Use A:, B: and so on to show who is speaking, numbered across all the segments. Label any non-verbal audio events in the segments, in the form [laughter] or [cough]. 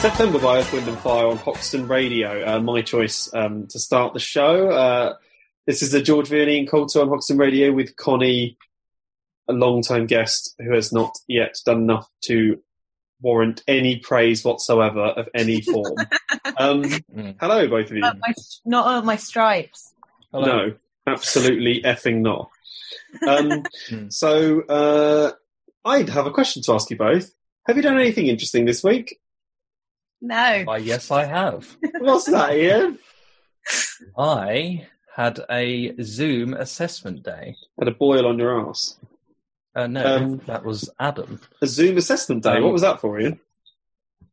A: September by Earth, Wind and Fire on Hoxton Radio. Uh, my choice um, to start the show. Uh, this is the George Vianney and Coulter on Hoxton Radio with Connie, a long-time guest who has not yet done enough to warrant any praise whatsoever of any form. um,
B: Mm.
A: hello, both of you.
C: Not, my, not all my stripes.
B: Hello.
A: No, absolutely effing not. Um,
B: Hmm.
A: so uh, I'd have a question to ask you both. Have you done anything interesting this week?
C: No.
B: Why, yes, I have.
A: What's that,
B: [laughs]
A: Ian?
B: I had a Zoom assessment day.
A: Had a boil on your ass.
B: Uh, no,
A: Um,
B: that was Adam
A: A Zoom assessment day. What was that for, Ian?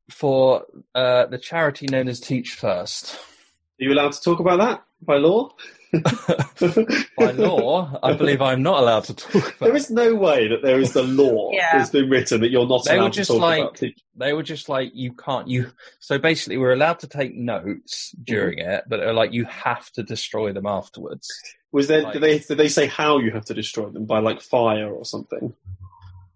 B: for uh, the charity known as Teach First.
A: Are you allowed to talk about that by law?
B: [laughs]
A: [laughs]
B: By law, I believe I'm not allowed to talk about.
A: there is no way that there is the law
C: [laughs] Yeah.
A: that's been written that you're not
B: They were
A: allowed to
B: just
A: talk
B: like-
A: about. it.
B: They were just like, you can't. You so basically, we're allowed to take notes during it, but they're like, you have to destroy them afterwards.
A: Was there?
B: like-
A: did they did they say how you have to destroy them by like fire or something?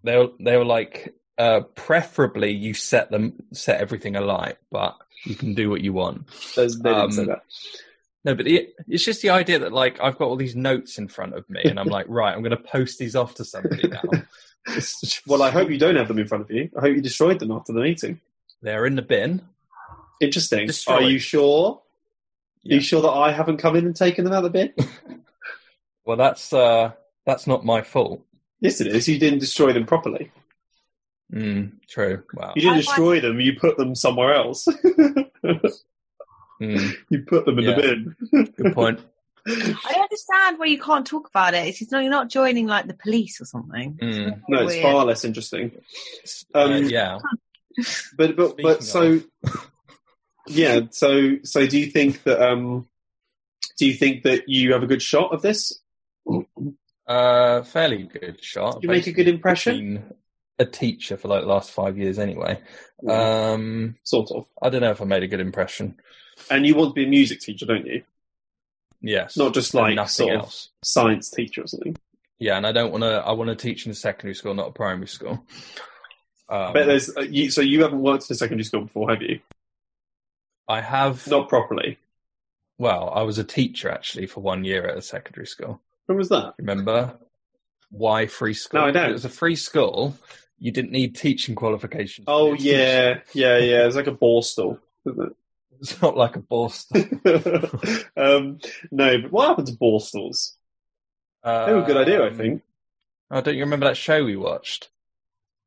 B: They were, they were like, uh, preferably you set them set everything alight, but you can do what you want.
A: There's, they didn't say
B: Um,
A: that.
B: No, but the, it's just the idea that like I've got all these notes in front of me, and I'm like, right, I'm going to post these off to somebody
A: [laughs]
B: now. [laughs] It's just-
A: Well, I hope you don't have them in front of you. I hope you destroyed them after the meeting.
B: they're in the bin.
A: Interesting.
B: Destroyed.
A: Are you sure? Are
B: Yeah.
A: you sure that I haven't come in and taken them out of the
B: [laughs]
A: bin?
B: Well, that's uh, that's not my fault.
A: yes, it is. You didn't destroy them properly.
B: Mm, true. Wow.
A: You didn't
C: I- I-
A: destroy them. You put them somewhere else. [laughs]
B: Mm,
A: you put them in
B: Yeah.
A: the bin. [laughs]
B: good point.
C: I don't understand why you can't talk about it. It's just not, you're not joining like the police or something.
B: Mm.
A: No, it's
C: Weird.
A: far less interesting.
B: Uh,
A: Um,
B: yeah.
A: But but but so
B: Speaking
A: [laughs] yeah. So so do you think that um do you think that you have a good shot of this?
B: Uh, fairly good shot.
A: Did you make a good impression?
B: Been a teacher for like the last five years, anyway. Um,
A: sort of.
B: I don't know if I made a good impression.
A: And you want to be a music teacher, don't you?
B: Yes.
A: Not just
B: and
A: like
B: nothing
A: sort of
B: else.
A: science teacher or something.
B: Yeah, and I don't want to. I want to teach in a secondary school, not a primary school. Um,
A: but there's uh, you, so you haven't worked in secondary school before, have you?
B: I have.
A: Not properly.
B: Well, I was a teacher actually for one year at a secondary school.
A: When was that?
B: Remember why free school?
A: No, I don't.
B: It was a free school. You didn't need teaching qualifications. to
A: Oh
B: be a teacher.
A: yeah, yeah, yeah. It's like a borstal, isn't
B: it's not like a Boston.
A: it? um, no, but what happened to borstals? [laughs]
B: Uh,
A: They were a good idea, I
B: Um,
A: think.
B: Oh, don't you remember that show we watched?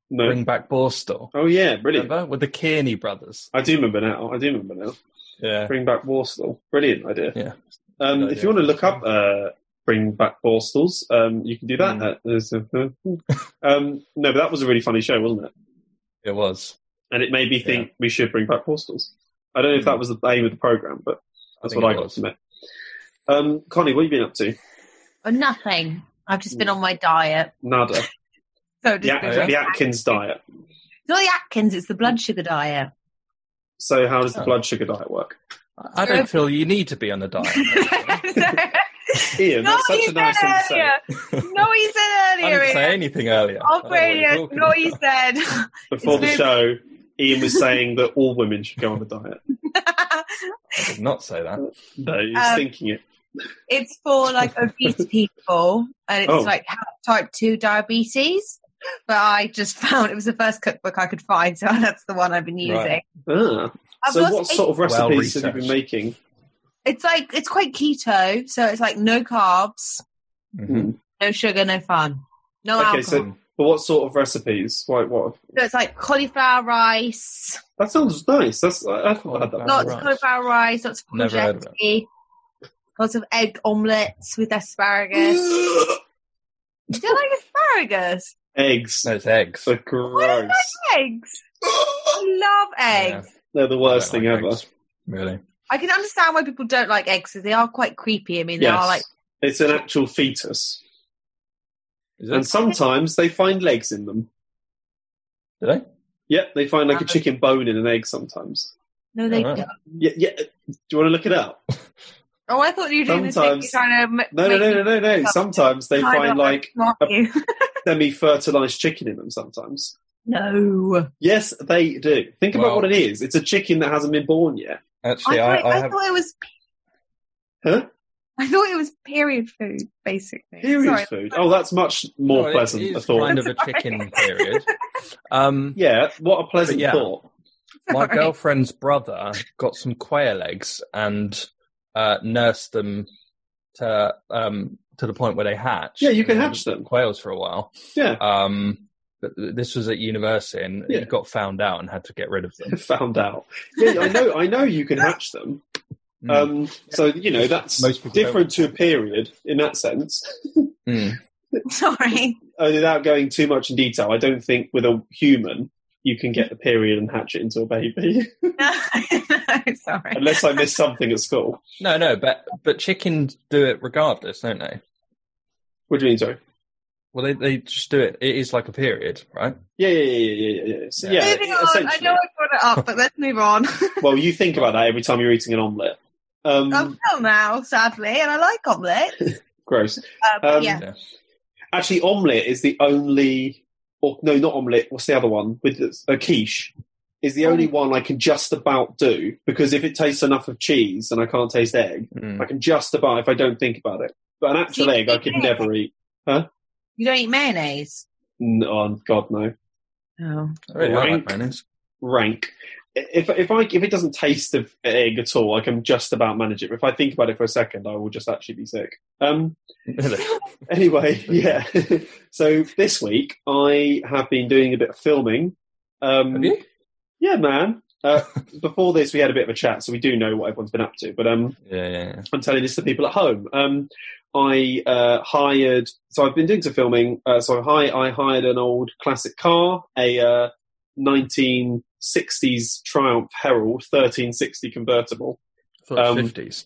A: No.
B: Bring Back Borstal.
A: oh yeah, brilliant.
B: Remember with the Kearney brothers?
A: I do remember now. I do remember now.
B: Yeah.
A: Bring back Borstal. Brilliant idea.
B: Yeah.
A: Um,
B: Good
A: if
B: idea.
A: you want to look up uh, Bring Back Borstals, um, you can do that.
B: Mm.
A: at- um, no, but that was a really funny show, wasn't it?
B: It was.
A: And it made me think we should bring back Borstals. I don't know if that was the aim of the program, but that's
B: Mm. think
A: what I
B: it
A: got
B: was.
A: from it. Um, Connie, what have you been up to?
C: Or nothing. I've just been on my diet.
A: Nada.
C: So just
A: The,
C: been-
A: Atkins,
B: Oh, yeah.
A: the Atkins diet.
C: It's not the Atkins, it's the blood sugar [laughs] diet.
A: So, how does the
B: Oh.
A: blood sugar diet work?
B: I I don't feel you need to be on the diet.
A: Ian,
C: Not
A: that's
C: what
A: such
C: you
A: a nice thing to
C: said
A: say.
C: earlier. Not what you said
B: I
C: earlier.
B: didn't say
C: Ian.
B: anything earlier. I
C: Off
B: don't know what you're
C: radio,
B: talking
C: not what you said.
B: about.
A: Before the
C: It's
A: show, Ian was saying that all women should go on a diet.
B: I did not say
A: [laughs]
B: that.
A: No, he was
C: Um,
A: thinking it.
C: [laughs] it's for like obese people, and it's
A: Oh.
C: like type two diabetes. But I just [laughs] found it was the first cookbook I could find, so [laughs] that's the one I've been using.
B: Right.
A: Ah.
C: I've
A: so
C: lost
A: what
C: eight-
A: sort of
B: Well
A: recipes have you been
B: researched.
A: making?
C: It's like it's quite keto, so it's like no carbs,
B: Mhm.
C: no sugar, no fun, no
A: Okay,
C: Oh, alcohol.
A: so-
C: So-,
A: But what sort of recipes? Like what?
C: it's like cauliflower rice,
A: That sounds nice. That's I, I've not had that.
C: [laughs]
B: Oh,
C: lots
B: right.
C: of cauliflower rice, lots of
B: Never heard of
C: courgette, lots of egg omelettes with asparagus.
A: [gasps] before.
C: Do you like asparagus?
A: Eggs.
B: No, it's eggs.
A: They're
C: [laughs]
A: gross.
C: Eggs. I love eggs.
A: They're the
B: Yeah, I
A: worst
B: don't
A: thing
B: like
A: ever.
B: eggs, Really?
C: I can understand why people don't like eggs because they are quite creepy. I mean, they
A: Yes.
C: are like
A: It's an actual fetus,
B: Is
A: and
B: it?
A: sometimes they find legs in them.
B: Do they?
A: Yep, they find like a
C: Um,
A: chicken bone in an egg sometimes.
C: no, they.
B: Yeah, right.
A: Yeah, yeah. Do you want to look it up?
C: Oh, I thought you were doing this thing.
A: Sometimes-
C: You're trying to m-
A: No, no,
C: make
A: no,
C: me
A: no, no, no.
C: up.
A: Sometimes they
C: I
A: find
C: don't
A: like
C: mock you. [laughs]
A: semi-fertilized chicken in them. Sometimes
C: No.
A: Yes, they do. Think about
B: Wow.
A: what it is. It's a chicken that hasn't been born yet.
B: Actually,
C: I,
B: I,
C: thought, I,
B: I have.
C: thought it was.
A: Huh?
C: I thought it was period food, basically.
A: Period
C: Sorry.
A: food. Oh, that's much more
B: No, it
A: pleasant
B: is
A: a thought.
B: Kind of a
C: [laughs]
B: chicken period. Um,
A: Yeah, what a pleasant
B: But yeah.
A: thought.
B: my
C: Sorry.
B: girlfriend's brother got some quail eggs and uh, nursed them to um, to the point where they hatched.
A: Yeah, you can
B: And
A: hatch them.
B: Quails for a while.
A: Yeah,
B: Um, but th- this was at university, and
A: Yeah.
B: he got found out and had to get rid of them.
A: found out. Yeah, I know. I know you can hatch them.
B: Mm.
A: [laughs] Um, so you know that's
B: Most people
A: different to a period in that sense.
B: Mm.
C: [laughs] Sorry.
A: Uh, without going too much in detail, I don't think with a human you can get the period and hatch it into a baby, [laughs]
C: No, [laughs] no, sorry.
A: unless I missed something at school.
B: No, no, but but chickens do it regardless, don't they?
A: What do you mean, sorry?
B: Well, they they just do it. It is like a period, right?
A: Yeah, yeah, yeah, yeah, yeah, yeah. So, yeah
C: Moving on. I
A: essentially. Hmm.
C: know I brought it up, but let's
A: [laughs]
C: move on.
A: Well, you think about that every time you're eating an omelette. Um,
C: I'm full now, sadly, and I like omelette.
A: gross.
C: Uh, but
A: Um,
C: yeah.
A: Actually, omelette is the only, or no, not omelette. What's the other one? With the- a quiche is the only one I can just about do because if it tastes enough of cheese and I can't taste egg,
B: Mm.
A: I can just about if I don't think about it. But an actual
C: Do you
A: egg, I
C: eat
A: could
C: egg?
A: never eat.
C: You don't eat mayonnaise. Oh,
A: N- Oh God, no,
C: No.
B: I really like
A: Rank.
B: [laughs] mayonnaise.
A: rank. If if I if it doesn't taste of egg at all, I can just about manage it. But if I think about it for a second, I will just actually be sick. Um,
B: [laughs]
A: anyway, yeah. so this week I have been doing a bit of filming. Um,
B: Have you?
A: Yeah, man. Uh, [laughs] before this, we had a bit of a chat, so we do know what everyone's been up to. But um,
B: Yeah, yeah, yeah.
A: I'm telling this to people at home. Um, I uh, hired, so I've been doing some filming. Uh, so I, I hired an old classic car, a uh, 1960s Triumph Herald 1360 convertible.
B: I thought it was
A: Um,
B: 50s.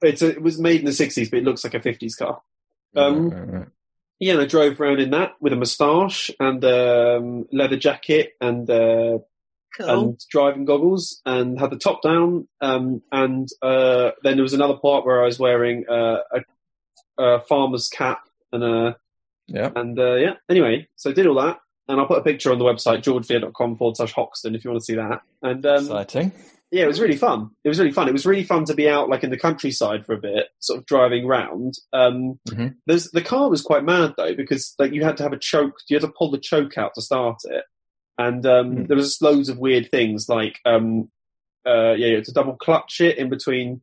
A: It's a, it was made in the 60s, but it looks like a 50s car. um,
B: Right, right, right.
A: Yeah, and I drove around in that with a moustache and um, leather jacket and uh,
C: Cool.
A: and driving goggles and had the top down. Um, and uh, then there was another part where I was wearing uh, a, a farmer's cap and a
B: yeah.
A: and uh, yeah. Anyway, so I did all that, and I'll put a picture on the website georgeveer.com forward slash Hoxton if you want to see that. And um,
B: Exciting.
A: yeah, it was really fun. It was really fun. It was really fun to be out like in the countryside for a bit, sort of driving round. Um,
B: Mhm.
A: there's, the car was quite mad though because like you had to have a choke, you had to pull the choke out to start it, and um,
B: Hmm.
A: there was just loads of weird things like um, uh, yeah, you had to double clutch it in between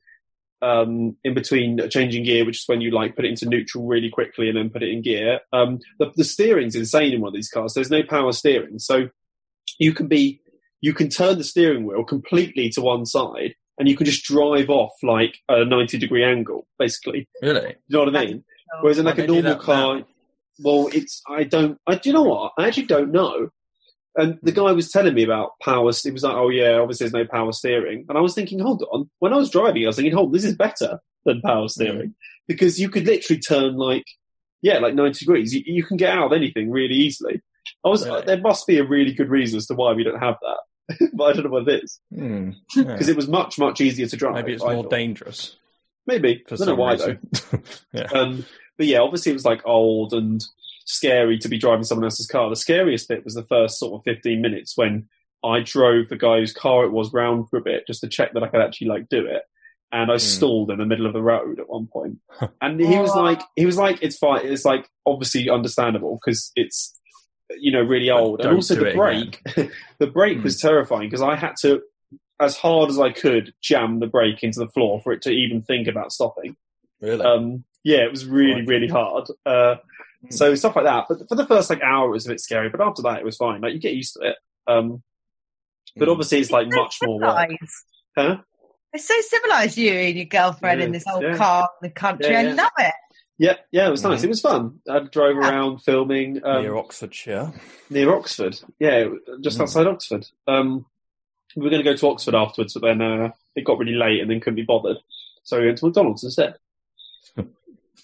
A: um, in between changing gear, which is when you like put it into neutral really quickly and then put it in gear. Um, the, the steering's insane in one of these cars. There's no power steering, so you can be you can turn the steering wheel completely to one side and you can just drive off like a 90 degree angle basically
B: Really?
A: you know what i
C: That's
A: mean
C: cool.
A: whereas in
B: Why
A: like a
B: they do
A: normal
B: that
A: car
B: now?
A: well it's i don't i do you know what i actually don't know and
B: Hmm.
A: the guy was telling me about power he was like oh yeah obviously there's no power steering and i was thinking hold on when i was driving i was thinking hold on, this is better than
B: Hmm.
A: power steering because you could literally turn like yeah like 90 degrees you, you can get out of anything really easily i was
B: Really?
A: there must be a really good reason as to why we don't have that [laughs] but i don't know what it is [laughs]
B: Hmm.
A: because
B: Yeah.
A: it was much much easier to drive.
B: Maybe it's
A: I
B: more
A: thought.
B: dangerous.
A: Maybe
B: For
A: I don't know
B: some
A: why
B: reason. yeah.
A: though. [laughs] Um, but yeah, obviously it was like old and scary to be driving someone else's car. The scariest bit was the first sort of fifteen minutes when I drove the guy whose car it was round for a bit just to check that I could actually like do it. And I
B: Hmm.
A: stalled in the middle of the road at one point, and he was like, "He was like, it's fine. It's like obviously understandable because it's you know really
B: But
A: old." And
B: don't
A: also
B: do
A: the
B: it again.
A: brake, [laughs] the brake
B: Hmm.
A: was terrifying because I had to as hard as I could jam the brake into the floor for it to even think about stopping.
B: Really?
A: Um, yeah, it was really,
B: Right.
A: really hard. Uh,
B: Hmm.
A: so stuff like that. But for the first like hour, it was a bit scary. But after that, it was fine. Like you get used to it. Um, but
B: Mm.
A: obviously, it's like
C: It's
A: much
C: so
A: more work.
C: civilised.
A: Huh?
C: It's so civilized, you and your girlfriend
A: Yeah,
C: in this old
A: yeah.
C: car in the country.
A: Yeah,
C: I
A: yeah.
C: love it.
A: Yeah, yeah, it was nice.
B: Mhm.
A: It was fun. I drove
C: Yeah.
A: around filming um,
B: Near Oxfordshire.
A: near Oxford. Yeah, just
B: Mm.
A: outside Oxford. Um, we were going to go to Oxford afterwards, but then uh, it got really late and then couldn't be bothered. So we went to McDonald's
B: [laughs]
A: instead.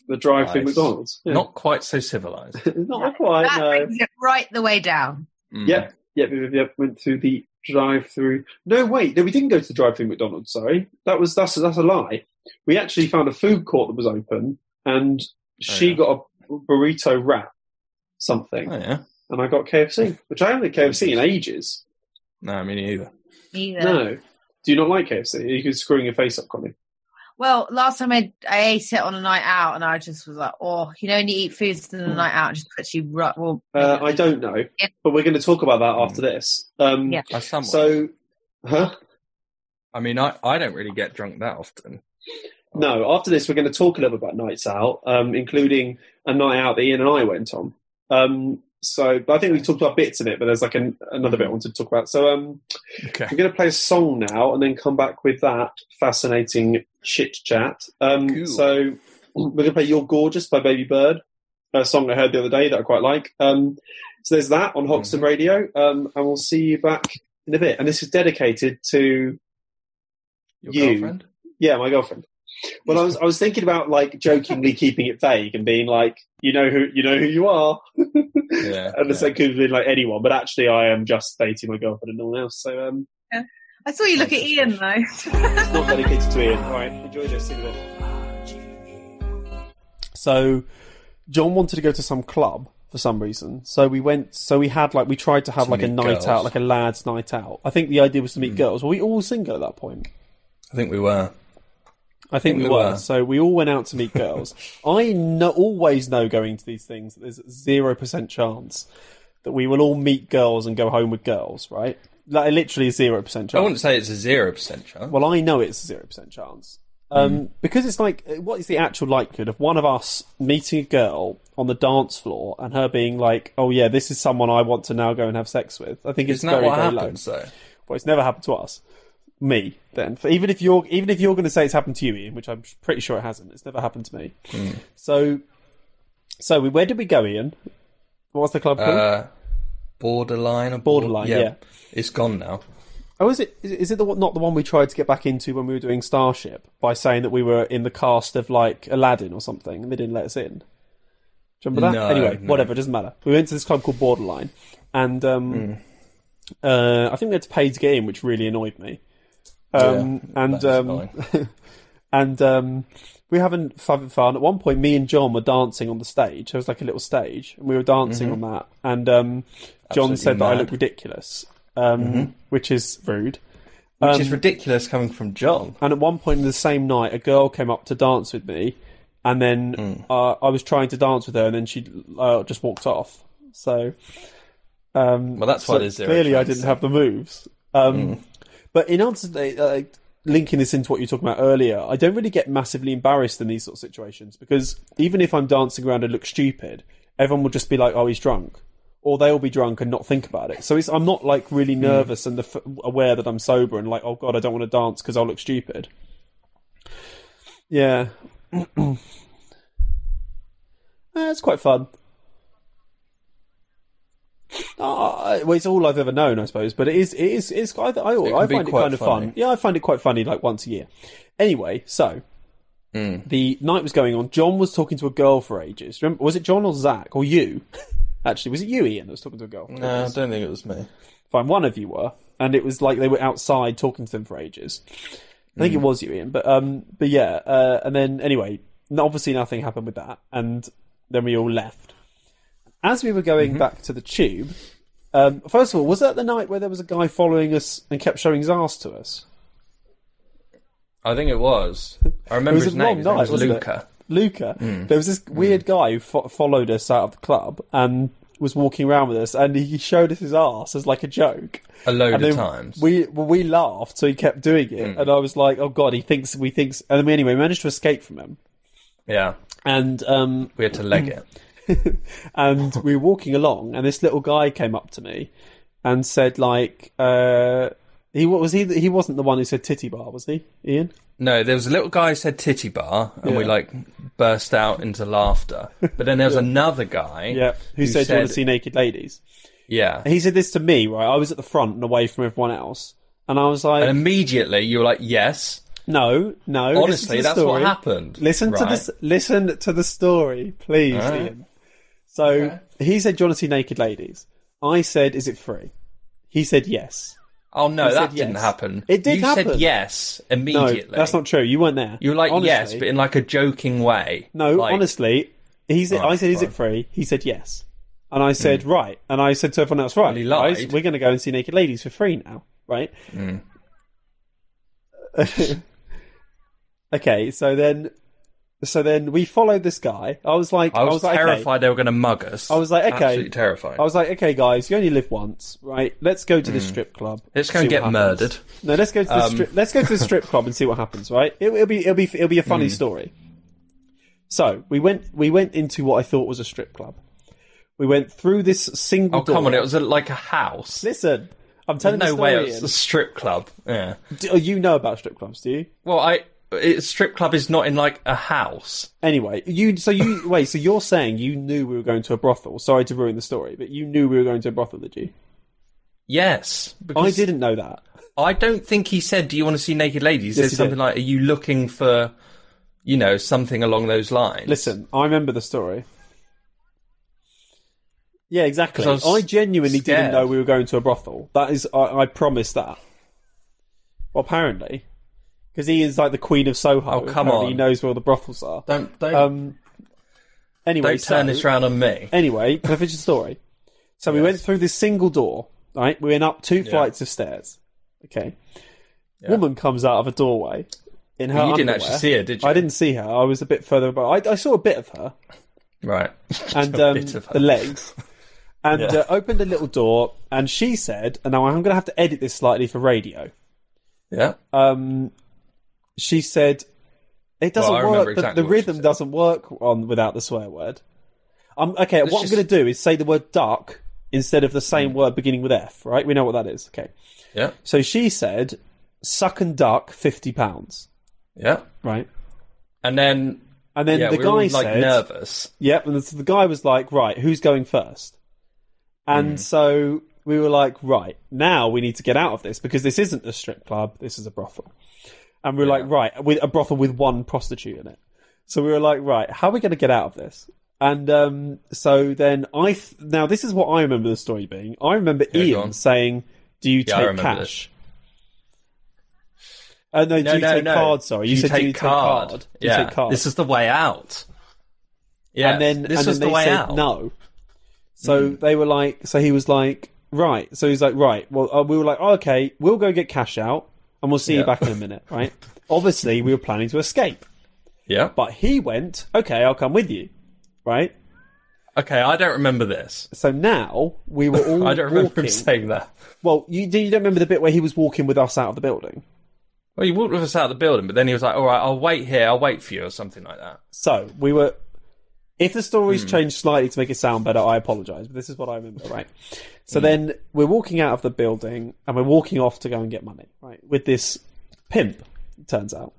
A: the drive-through
B: Nice.
A: McDonald's. Yeah.
B: Not quite
A: [laughs]
B: so civilized.
A: Not quite.
C: that
A: no.
C: brings it right the way down.
B: Mm.
A: Yep, yep, yep, yep. Went through the drive-through. No, wait, no, we didn't go to the drive-through McDonald's. Sorry, that was that's that's a lie. We actually found a food court that was open, and she
B: Oh, yeah.
A: got a burrito wrap, something,
B: Oh, yeah.
A: and I got KFC, which I haven't had KFC in ages.
B: No, me neither.
C: Either.
A: No. Do you not like KFC? Are you screwing your face up, Connie?
C: Well, last time I, I ate it on a night out, and I just was like, oh, you know, when you eat foods on a night out, it just puts you right. Well,
A: Uh, I don't know,
C: Yeah.
A: but we're going to talk about that after this. Um,
C: Yeah.
B: I Hmm. somewhat.
A: So, huh?
B: I mean, I, I don't really get drunk that often.
A: No, after this, we're going to talk a little bit about nights out, um, including a night out that Ian and I went on. Um, so, but I think we've talked about bits of it, but there's like an, another bit I wanted to talk about. So, um,
B: Okay.
A: we're going to play a song now and then come back with that fascinating chit chat. Um,
B: Cool.
A: So, we're going to play You're Gorgeous by Baby Bird, a song I heard the other day that I quite like. Um, so, there's that on Hoxton
B: Mm-hmm.
A: Radio, um, and we'll see you back in a bit. And this is dedicated to
B: Your
A: You.
B: girlfriend?
A: yeah, my girlfriend. Well, I was I was thinking about like [laughs] jokingly keeping it vague and being like, you know who you know who you are,
B: Yeah.
A: [laughs] and
B: yeah.
A: this like could have been like anyone, but actually I am just dating my girlfriend and no one else, so um,
C: I saw you look at Ian though. [laughs]
A: it's not dedicated to Ian. All right, enjoy this. See you later. So, John wanted to go to some club for some reason, so we went. So we had like we tried to have
B: To
A: like a
B: meet
A: night
B: girls. Hmm.
A: out, like a lads' night out. I think the idea was to meet girls. Were we all single at that point?
B: I think we were.
A: I think we,
B: we
A: were.
B: were.
A: So we all went out to meet
B: [laughs]
A: girls. I no, always know going to these things that there's zero percent chance that we will all meet girls and go home with girls, right? Like literally zero percent
B: I
A: chance.
B: wouldn't say it's a zero percent chance.
A: Well, I know it's a zero percent chance
B: Mm.
A: um, because it's like, uh, what is the actual likelihood of one of us meeting a girl on the dance floor and her being like, "Oh yeah, this is someone I want to now go and have sex with"? I think it's
B: Isn't that
A: very,
B: what
A: very low.
B: happens though?
A: Well, it's never happened to us. Me, then. For even if you're even if you're going to say it's happened to you, Ian, which I'm pretty sure it hasn't. It's never happened to me.
B: Hmm.
A: So, so we, where did we go, Ian? What's the club called?
B: Uh, borderline or
A: Hmm? Borderline, yeah.
B: It's gone now.
A: oh, is it is it- is it the one- not the one we tried to get back into when we were doing Starship by saying that we were in the cast of like Aladdin or something, and they didn't let us in. Do you remember that?
B: No,
A: anyway,
B: no.
A: whatever, it doesn't matter. We went to this club called Borderline, and um,
B: Hmm.
A: uh, I think we had to pay to get in, which really annoyed me. Um,
B: Yeah,
A: and
B: that's
A: um, and um, we were having fun, fun. At one point, me and John were dancing on the stage. There was like a little stage, and we were dancing on that. And um, John
B: Mm-hmm. Absolutely
A: said that I
B: mad. Mm-hmm.
A: look ridiculous, um, which is rude.
B: Which
A: Um,
B: is ridiculous coming from John.
A: And at one point in the same night, a girl came up to dance with me, and then
B: Mm.
A: uh, I was trying to dance with her, and then she uh, just walked off. So, um,
B: Well, that's
A: so
B: why there's zero
A: clearly I
B: chance
A: didn't
B: then.
A: have the moves. Um, But in answer, to, uh, linking this into what you were talking about earlier, I don't really get massively embarrassed in these sort of situations because even if I'm dancing around and look stupid, everyone will just be like, "Oh, he's drunk." Or they'll be drunk and not think about it. So it's, I'm not like really nervous and the f- aware that I'm sober and like, oh god, I don't want to dance because I'll look stupid. [clears throat] Yeah. Eh, it's quite fun. Ah, well, it's all I've ever known, I suppose. But it is, it is, it's. I, I,
B: can
A: I
B: be
A: find it
B: quite
A: kind of fun.
B: funny.
A: Yeah, I find it quite funny, like once a year. Anyway, so
B: Mm.
A: the night was going on. John was talking to a girl for ages. Remember, was it John or Zach or you? [laughs] Actually, was it you, Ian, that was talking to a girl? for
B: No, I
A: ages?
B: don't think it was me.
A: fine, one of you were, and it was like they were outside talking to them for ages. I think it was you, Ian, but um, but yeah, uh, and then anyway, n- obviously nothing happened with that, and then we all left. As we were going back to the tube, um, first of all, was that the night where there was a guy following us and kept showing his ass to us?
B: I think it was. I remember
A: was
B: his
A: a
B: name.
A: wrong
B: His name
A: night,
B: was
A: wasn't it?
B: Luca.
A: Luca. There was this weird guy who fo- followed us out of the club and was walking around with us, and he showed us his ass as like a joke.
B: A load
A: and
B: of
A: then
B: times. Hmm.
A: we well, we laughed, so he kept doing it, and I was like, "Oh God, he thinks we thinks." And then we- anyway, we managed to escape from him,
B: yeah,
A: and um,
B: we had to leg it.
A: and we were walking along, and this little guy came up to me and said, "Like, uh, he what was he? He wasn't the one who said titty bar, was he, Ian?"
B: No, there was a little guy who said titty bar, and we
A: Yeah.
B: like burst out into laughter. But then
A: [laughs]
B: there was another guy.
A: Yeah, who, said, "Do you want to see naked ladies?"
B: Yeah.
A: He said this to me, right? I was at the front and away from everyone else, and I was like,
B: And immediately you were like, yes.
A: "No, no." listen to
B: Honestly,
A: the
B: that's what
A: story.
B: happened.
A: Listen to
B: right?
A: this. Listen to the story, please,
B: Alright.
A: Ian. So he said, "Do you want to see naked ladies?" I said, "Is it free?" He said, "Yes."
B: Oh no,
A: You
B: that
A: said
B: didn't
A: yes.
B: happen.
A: It did
B: you
A: happen.
B: said yes
A: No,
B: immediately.
A: that's not true. You weren't there.
B: You were like
A: Honestly.
B: yes, but in like a joking way.
A: no.
B: Like,
A: honestly, he said,
B: Alright,
A: "I said, is it
B: fine. Hmm.
A: free?" He said, "Yes." And I said, right. And I said to everyone else, right,
B: Well, he lied.
A: guys, we're going to go and see Naked Ladies for free now, right?
B: Mm.
A: [laughs] okay, so then, so then we followed this guy. I was like,
B: I, was
A: like, okay.
B: terrified they were going to mug us.
A: I was like, okay.
B: Absolutely terrified.
A: I was like, okay, guys, you only live once, right? Let's go to the strip club.
B: Hmm. Let's go
A: see
B: and get
A: what happens.
B: murdered.
A: No, let's go to the
B: Um,
A: strip. Let's go to the strip club and see what happens. Right? It, it'll be it'll be it'll be a
B: Hmm.
A: funny story. So we went we went into what I thought was a strip club. We went through this single.
B: Oh, come
A: door.
B: on. It was a, like a house.
A: Listen, I'm telling
B: no
A: the story.
B: way. It was a strip club. Yeah.
A: Ian. Do- you know about strip clubs, do you?
B: Well, I it, strip club is not in like a house.
A: Anyway, you so
B: [laughs]
A: you wait. So you're saying you knew we were going to a brothel? Sorry to ruin the story, but you knew we were going to a brothel, did you?
B: Yes,
A: I
B: because
A: didn't know that.
B: I don't think he said, "Do you want to see naked ladies?"
A: Yes,
B: It's
A: he
B: something
A: did.
B: like, "Are you looking for, you know, something along those lines?"
A: Listen, I remember the story. Yeah, exactly.
B: 'Cause
A: I,
B: I was
A: genuinely didn't
B: scared.
A: know we were going to a brothel. That is, I, I promise that. Well, apparently, because he is like the queen of Soho.
B: Oh, come
A: Apparently
B: on.
A: he knows where all the brothels are.
B: don't don't
A: Um. Anyway,
B: don't turn
A: so-
B: this round on me.
A: Anyway, can I finish the story? So we went through this single door. Right, we went up two flights of stairs. Okay, woman comes out of a doorway. In her
B: you didn't
A: uh, underwear.
B: actually see her, did you?
A: I didn't see her. I was a bit further, but I, I saw a bit of her
B: Right.
A: and
B: A
A: um,
B: bit of her.
A: the legs. And uh, opened a little door, and she said, and now I'm going to have to edit this slightly for radio.
B: [laughs] Yeah.
A: Um, she said, it doesn't
B: Well, I
A: work.
B: remember
A: the-
B: exactly
A: the
B: what she
A: rhythm
B: said.
A: doesn't work on without the swear word. Um, okay, what
B: just- Hmm.
A: I'm going to do is say the word duck instead of the same word beginning with F, right? We know what that is. Okay.
B: Yeah.
A: So she said, suck and duck £50,
B: Yeah.
A: right?
B: And then
A: And then
B: yeah,
A: the
B: we
A: guy
B: were all, like
A: said,
B: nervous.
A: Yep, and so the guy was like, "Right, who's going first?
B: Mm.
A: And so we were like, "Right, now we need to get out of this because this isn't a strip club. This is a brothel." And we were like, "Right, with a brothel with one prostitute in it." So we were like, "Right, how are we going to get out of this?" And um, so then I th- now this is what I remember the story being. I remember
B: Yeah, go
A: Ian
B: on.
A: saying, "Do you
B: Yeah, I
A: take
B: remember
A: cash?" Uh, no,
B: No,
A: do you
B: no,
A: take
B: no.
A: card? Sorry,
B: Do
A: you,
B: you
A: said
B: take
A: do you
B: card.
A: take card? Do
B: Yeah.
A: you take card?
B: This is the way out. Yeah.
A: and then
B: this
A: and
B: was
A: then
B: Hmm. the
A: they
B: way
A: said
B: out.
A: no. So they were like, so he was like, right. So he's like, right. Well, uh, we were like, oh, okay, we'll go get cash out, and we'll see you
B: Yeah.
A: back in a minute,
B: [laughs]
A: right? Obviously, we were planning to escape,
B: Yeah.
A: but he went, okay, I'll come with you, right?
B: Okay. I don't remember this.
A: So now we were all.
B: [laughs] I don't remember
A: walking.
B: him saying that.
A: Well, you, do- you don't remember the bit where he was walking with us out of the building?
B: Well, he walked with us out of the building, but then he was like, "All right, I'll wait here. I'll wait for you," or something like that.
A: So we were. If the story's changed slightly to make it sound better, I apologise, but this is what I remember, right? So then we're walking out of the building and we're walking off to go and get money, right? With this pimp, it turns out.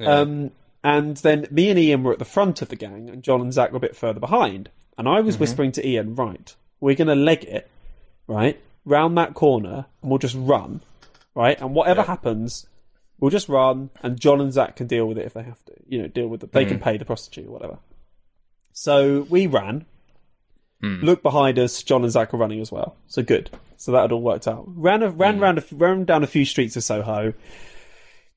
A: Um, and then me and Ian were at the front of the gang, and John and Zach were a bit further behind. And I was whispering to Ian, right, we're going to leg it, right, round that corner, and we'll just run, right? And whatever happens, we'll just run, and John and Zach can deal with it if they have to. You know, deal with it. They can pay the prostitute or whatever. So we ran. Looked behind us. John and Zach are running as well. So good. So that had all worked out. Ran a, ran round a f ran down a few streets of Soho.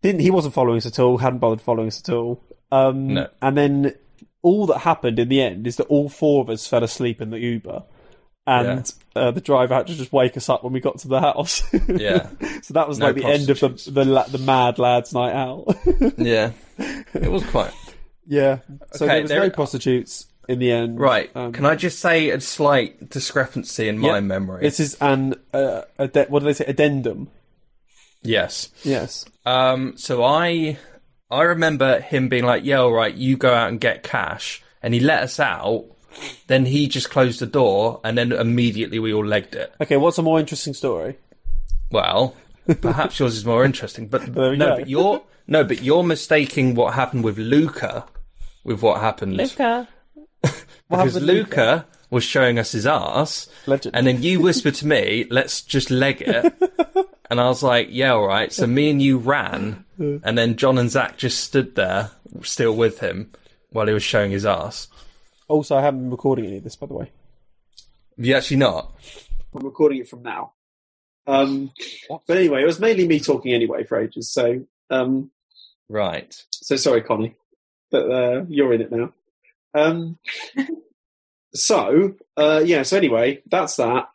A: Didn't he wasn't following us at all. Hadn't bothered following us at all. Um,
B: No.
A: And then all that happened in the end is that all four of us fell asleep in the Uber. And uh, the driver had to just wake us up when we got to the house. [laughs]
B: Yeah.
A: so that was
B: No
A: like the end of the
B: prostitutes.
A: the, la- the mad lads' night out. [laughs]
B: Yeah, it was quite
A: yeah. So
B: Okay,
A: there was
B: there-
A: no prostitutes in the end.
B: right.
A: Um,
B: Can I just say a slight discrepancy in my
A: Yep.
B: memory?
A: This is an uh, adde- what do they say? Addendum.
B: yes.
A: Yes.
B: Um. So I, I remember him being like, "Yeah, all right, you go out and get cash," and he let us out. Then he just closed the door, and then immediately we all legged it.
A: Okay. What's a more interesting story? [laughs]
B: Well, perhaps yours is more interesting, but
A: There we
B: no,
A: go.
B: but you're no, but you're mistaking what happened with Luca with what happened [laughs]
A: What
B: because
A: happened with
B: Luca, was showing us his ass,
A: Legend.
B: and then you whispered to me, "Let's just leg
A: [laughs]
B: it," and I was like, "Yeah, all right." So me and
A: [laughs]
B: you ran, and then John and Zach just stood there, still with him, while he was showing his ass.
A: Also, I haven't been recording any of this, by the way.
B: Have you actually not?
D: I'm recording it from now. Um, but anyway, it was mainly me talking anyway for ages. So, um,
B: Right.
C: [laughs]
D: so sorry, Connie, but uh, you're in it now. Um,
A: so uh, yeah. So anyway, that's that.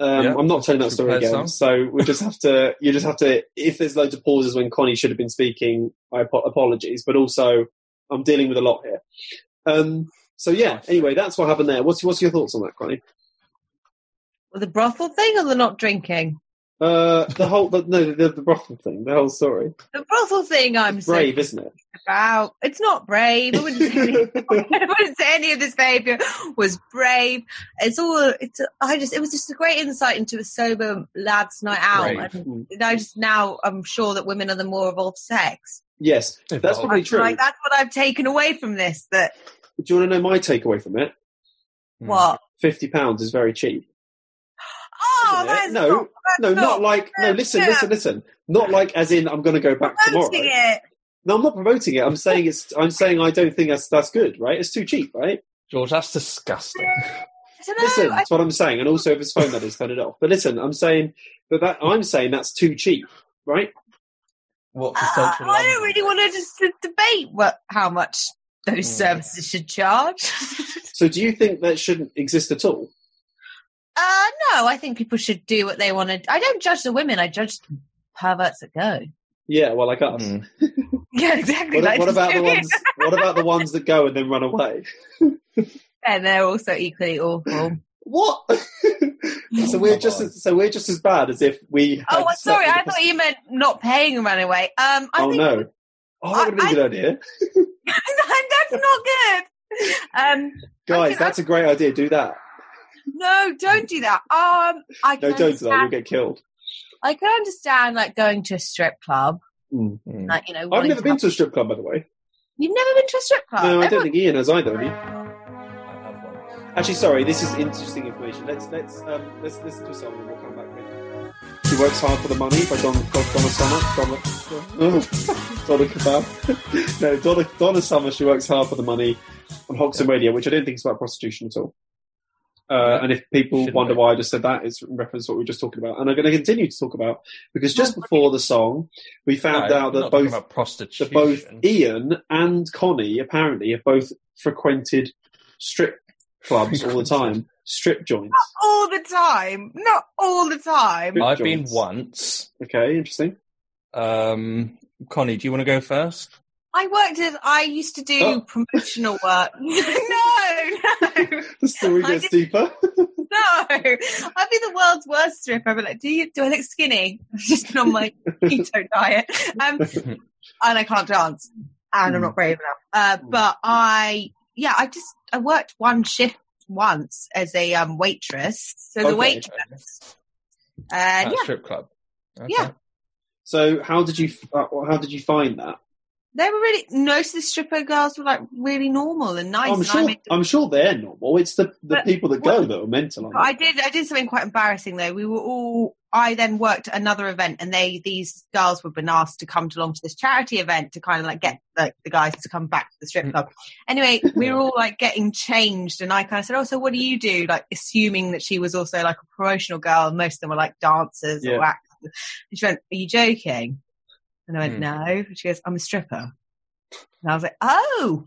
A: Um,
B: Yeah,
A: I'm not telling that
B: should
A: story
B: we play a
A: again.
B: song?
A: So we just have to. You just have to. If there's loads of pauses when Connie should have been speaking, I apo- apologies. But also, I'm dealing with a lot here. Um, so yeah. Anyway, that's what happened there. What's what's your thoughts on that, Connie?
C: The brothel thing or the not drinking?
A: Uh, the whole the, no the, the brothel thing. The whole story.
C: The brothel thing I'm so
A: Brave, isn't it?
C: proud. It's not brave. I wouldn't
A: [laughs]
C: say any, [laughs] I wouldn't say any of this behaviour was brave. It's all. It's. I just. It was just a great insight into a sober lad's night out.
B: Brave.
C: And I just now I'm sure that women are the more evolved sex.
A: Yes, that's
B: Well,
A: probably true.
C: Like that's what I've taken away from this. That
A: Do you want to know my takeaway from it?
B: Hmm.
C: what?
A: Fifty pounds is very cheap.
C: Oh,
A: isn't it?
C: that's
A: no,
C: not.
A: no,
C: That's
A: not like no.
C: Yeah,
A: Listen,
C: yeah.
A: listen, listen. Not like as in I'm going to go back tomorrow.
C: promoting it.
A: No, I'm not promoting it. I'm saying it's. I'm saying I don't think that's that's good. Right? It's too cheap. Right?
B: George,
C: [laughs]
B: that's disgusting.
C: I don't know.
A: Listen,
C: I,
A: that's what I'm saying. And also, if his phone that is, turn it off. But listen, I'm saying that, that I'm saying that's too cheap. Right?
B: What's the
C: I,
B: central
C: I don't
B: London?
C: really want to just debate what how much those
B: Hmm.
C: services should charge.
A: So, do you think that shouldn't exist at all?
C: Uh, no, I think people should do what they want to. I don't judge the women. I judge the perverts that go. [laughs]
A: Yeah. Well, like us.
B: Hmm.
C: Yeah, exactly.
A: What,
C: like
A: what
C: just
A: about the
C: do it.
A: ones? What about the ones that go and then run away?
C: [laughs] And they're also
A: [clears throat]
C: equally awful. Oh,
A: What? [laughs] so we're
B: Come
A: just
B: on.
A: as, so we're just as bad as if we. Had
C: oh, I'm
A: slept
C: sorry.
A: with
C: I
A: a
C: thought you meant not paying them anyway. Um, I
A: oh
C: think [laughs]
A: no! Oh, that would have been a good idea,
C: that's not good. [laughs] Um,
A: guys.
C: think
A: That's a great idea. Do that.
C: no, don't do that. Um, I
A: No, don't
C: can
A: do that. You'll
C: understand-
A: get killed.
C: I can understand like going to a strip club.
A: Mm.
B: Hmm.
C: Like you know,
A: I've
C: wanting
A: never
C: to
A: been
C: have-
A: to a strip club, by the way.
C: You've never been to a strip club.
A: No, I don't
C: Uh, Everyone-
A: think Ian has either. Have you?
B: I have one.
A: Actually, sorry. This is interesting information. Let's let's um, let's listen to a song and we'll come back. with it. She works hard for the money by Don, Don, Donna Summer. Donna, [laughs] Ugh. Donna Kebab. [laughs] no, Donna, Donna Summer. She works hard for the money on Hoxton Radio, which I don't think is about prostitution at all. Uh, and if people
B: Shouldn't
A: wonder
B: be.
A: why I just said that, it's in reference to what we were just talking about. And I'm going to continue to talk about because just before the song, we found
B: No,
A: out
B: we're
A: that
B: not talking
A: both
B: about
A: that
B: prostitution.
A: both Ian and Connie apparently have both frequented strip clubs all the time, strip joints.
C: all the time, not all the time.
A: Good
B: I've
A: joints.
B: been once.
A: Okay, interesting.
B: Um, Connie, do you want to go first?
C: I worked as I used to do
A: Oh.
C: promotional work. [laughs] no, no.
A: The story
C: I
A: gets deeper. [laughs]
C: [laughs] No, I'd be the world's worst stripper. I'd be like, do you do I look skinny? [laughs] I'm just been
A: [laughs]
C: on my keto diet, um, and I can't dance, and I'm
A: Mm.
C: not brave enough. Uh, but I, yeah, I just I worked one shift once as a um, waitress. So the
A: Okay.
C: waitress, uh,
B: At
C: yeah,
B: a strip club. Okay.
C: Yeah.
A: so, how did you uh, how did you find that?
C: they were really most of the stripper girls were like really normal and nice.
A: Oh, I'm
C: and I
A: sure
C: made
A: I'm sure they're normal. It's the, the
C: But-
A: people that go that are mental.
C: But I
A: Aren't
C: did. I did something quite embarrassing though. We were all. I then worked at another event, and they these girls were been asked to come along to this charity event to kind of like get like the guys to come back to the strip club. Anyway, we were all like getting changed, and I kind of said, "Oh, so what do you do?" Like assuming that she was also like a promotional girl, and most of them were like dancers
A: Yeah.
C: or actors. And she went, "Are you joking?" And I went,
A: Mm.
B: Hmm.
C: "No." And she goes, "I'm a stripper," and I was like, "Oh."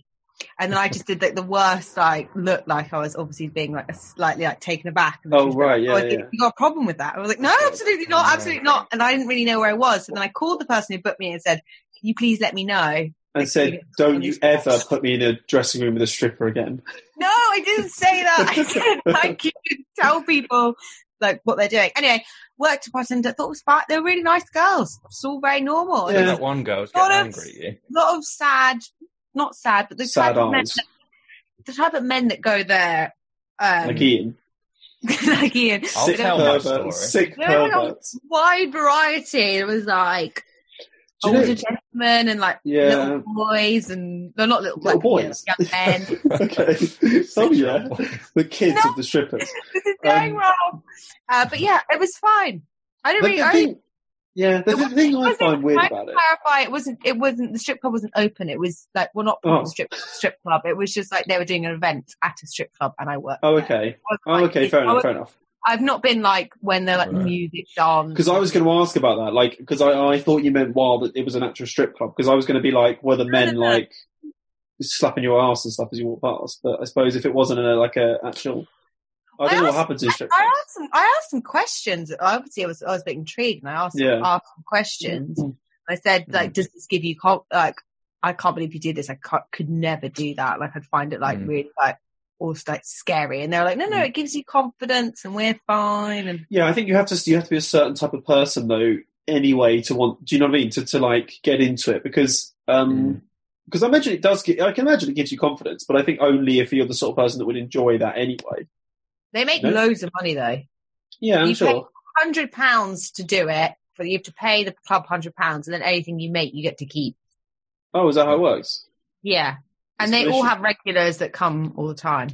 C: And then I just did like the worst. Like looked like I was obviously being like slightly like taken aback. And then
A: Oh,
C: she was like,
A: right, yeah,
C: "Oh, you-
A: yeah.
C: You got a problem with that? I was like, no, absolutely not, absolutely not. And I didn't really know where I was. So then I called the person who booked me and said, "Can you please let me know?"
A: they? And said, "Don't you ever put me in a dressing room with a stripper again."
C: No, I didn't say that. [laughs] I said like you could tell people like what they're doing. Anyway, worked at bartender. Thought it was fine. They were really nice girls. It's all very normal.
A: Yeah.
C: And
B: That one girl was
C: Sort
B: getting
C: of-
B: angry at you.
C: A lot of sad, not sad, but the
A: Sad
C: type of men,
A: eyes,
C: the type of men that go there. Um,
A: like Ian.
C: [laughs] like Ian.
B: I'll
A: sick
B: tell my story.
A: perverts. Sick
C: No, no, no.
A: perverts.
C: wide variety. It was like
A: Do you know-
C: older gentlemen and like
A: Yeah.
C: little boys and no, not little,
A: Little
C: like, you know,
A: boys.
C: young men.
A: [laughs] [laughs]
B: [laughs]
A: okay. Oh yeah, the kids of the strippers.
C: this is going
A: Um,
C: well. Uh, but yeah, it was fine. I don't
A: The-
C: really.
A: the
C: I
A: thing- yeah, the,
C: It
A: the
C: was-
A: thing
C: it
A: I
C: wasn't
A: find weird
C: like
A: about it.
C: clarify. It wasn't. It wasn't. The strip club wasn't open. It was like well, not proper
A: Oh.
C: strip strip club. It was just like they were doing an event at a strip club, and I worked.
A: Oh,
C: there.
A: okay.
C: I was,
A: Oh,
C: like,
A: okay.
C: it-
A: Fair
C: I
A: enough.
C: was-
A: Fair enough.
C: I've not been like when they're like
B: Right.
C: music on.
A: Because I was going to ask about that, like, because I, I thought you meant while that it was an actual strip club. Because I was going to be like, were the
C: no,
A: men
C: no.
A: like slapping your ass and stuff as you walk past. But I suppose if it wasn't a, like a actual, I don't know what happens in
C: I,
A: strip
C: I
A: clubs.
C: asked some. I asked some questions. Obviously, I was I was a bit intrigued, and I asked
A: Yeah.
C: some, asked some questions.
A: Mm.
C: I said, like, does this give you co- like? I can't believe you did this. I ca- could never do that. Like, I'd find it like
B: Mm.
C: really like almost like scary. And they were like,
A: Mm.
C: no, no, it gives you confidence, and we're fine. And
A: Yeah, I think you have to you have to be a certain type of person though, anyway, to want. Do you know what I mean? To to like get into it because
C: Hmm.
A: um because I imagine it does. Get, I can imagine it gives you confidence, but I think only if you're the sort of person that would enjoy that anyway.
C: they make
A: No.
C: loads of money though.
A: Yeah, I'm
C: You
A: sure.
C: pay- Hundred pounds to do it. But you have to pay the club hundred pounds, and then anything you make, you get to keep.
A: Oh, is that how it works?
C: Yeah,
A: It's
C: and they all
A: delicious.
C: have regulars that come all the time.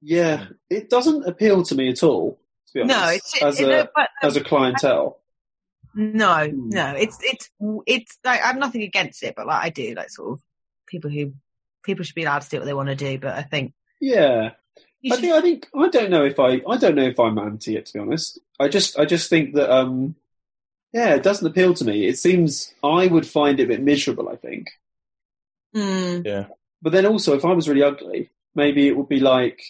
A: Yeah, it doesn't appeal to me at all. To be honest,
C: Hmm. No, it's
A: as
C: it-
A: a
C: no, but, um,
A: as a clientele.
C: No,
A: Hmm.
C: no, it's it's it's like I'm nothing against it, but like I do like sort of people who people should be allowed to do what they want to do, but I think
A: Yeah,
C: you
A: I
C: should,
A: think I think I don't know if I I don't know if I'm anti it to be honest. I just I just think that um yeah, it doesn't appeal to me. It seems I would find it a bit miserable. I think,
C: Mm,
A: but then also if I was really ugly, maybe it would be like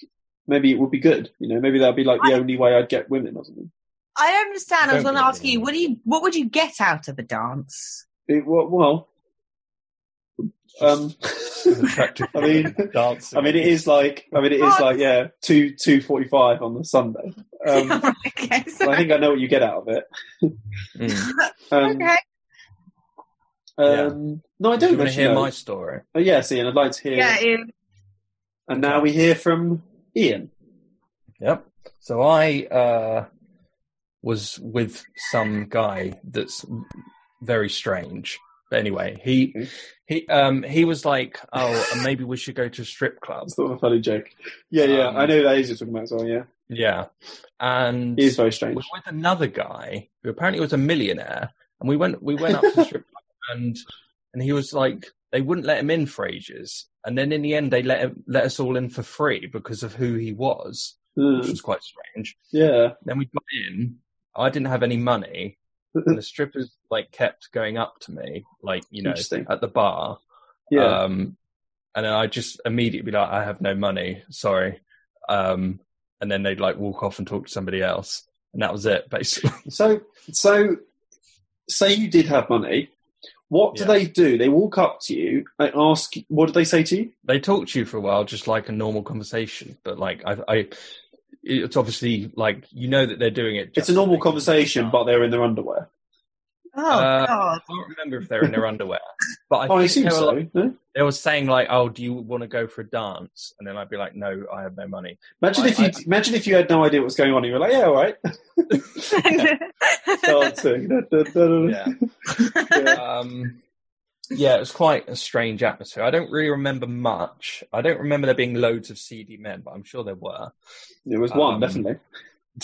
A: maybe it would be good. You know, maybe that'd be like the only way I'd get women or something.
C: I don't understand. I was
B: Don't
C: going to
B: get
C: ask
B: me
C: you,
B: wrong.
C: what do you what would you get out of a dance?
A: It, well, well um, [laughs]
B: attractive.
A: I mean-
B: [laughs] dancing.
A: I mean it is like I mean it is like yeah two two forty five on the Sunday. Um,
C: Right, [laughs] okay,
A: I
C: sorry.
A: think I know what you get out of it.
B: Mm.
A: Um,
C: [laughs] okay,
A: um, No, I
B: Do
A: don't.
B: you want to
A: actually
B: hear
A: know.
B: my story?
A: Oh, yes, Ian. I'd like to hear.
C: yeah, Ian.
A: And now we hear from Ian.
B: Yep. So I uh, was with some guy that's very strange. But anyway, he
A: Mhm.
B: he um he was like, oh, maybe we should go to a strip club.
A: That's sort of a funny joke. Yeah, yeah.
B: Um,
A: I know that is you're talking about as well. Yeah,
B: Yeah, and
A: he is very
B: was
A: strange.
B: with another guy who apparently was a millionaire, and we went we went up to the strip club and and he was like they wouldn't let him in for ages, and then in the end they let him, let us all in for free because of who he was, which
A: Mm,
B: was quite strange.
A: yeah.
B: Then we got in. I didn't have any money, and the strippers like kept going up to me, like you know,
A: Interesting.
B: at the bar.
A: Yeah.
B: Um, and then I just immediately be like, I have no money, sorry. Um, and then they'd like walk off and talk to somebody else, and that was it basically. [laughs]
A: so, so, say you did have money. What do
B: Yeah.
A: they do? They walk up to you. They ask. What did they say to you?
B: they talk to you for a while, just like a normal conversation. But like I, I it's obviously like you know that they're doing it.
A: It's a normal conversation, but they're in their underwear.
C: Oh
A: [laughs]
B: Uh,
C: God,
B: I don't remember if they're in their underwear. But I,
A: oh, I
B: think
A: assume
B: they, were,
A: so.
B: like,
A: no?
B: they were saying like, "Oh, do you want to go for a dance?" And then I'd be like, "No, I have no money."
A: Imagine
B: I-
A: if you
B: I-
A: imagine if you had no idea what was going on. You were like, "Yeah, all right." Dancing. Da, da, da, da, da.
B: Yeah. um, yeah, it was quite a strange atmosphere. I don't really remember much. I don't remember there being loads of seedy men, but I'm sure there were. [laughs]
A: There was one
B: Um,
A: definitely.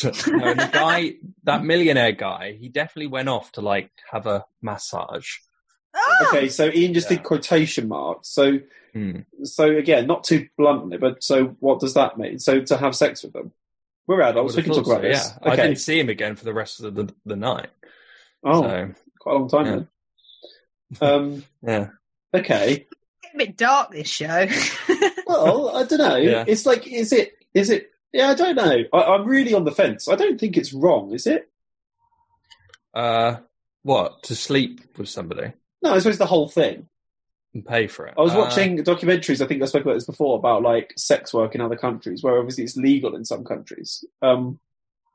B: no, and the guy, that millionaire guy, he definitely went off to like have a massage.
C: [laughs] oh,
A: Okay, so Ian just
B: Yeah.
A: did quotation marks. So
B: Hmm.
A: so again, not too bluntly, but so what does that mean? So to have sex with them? We're adults. We
B: Would've
A: can talk
B: thought
A: about
B: so,
A: this.
B: Yeah, I
A: Okay.
B: didn't see him again for the rest of the the night.
A: oh,
B: so,
A: quite a long time
B: Yeah.
A: then. Um,
B: [laughs] yeah,
A: okay.
C: it's a bit dark this show. [laughs]
A: Well, I don't know.
B: [laughs] Yeah.
A: It's like, is it? Is it? Yeah, I don't know. I, I'm really on the fence. I don't think it's wrong, is it?
B: uh, what to sleep with somebody
A: No, I suppose the whole thing.
B: and pay for it.
A: I was
B: Uh,
A: watching documentaries. I think I spoke about this before about like sex work in other countries, where obviously it's legal in some countries. Um,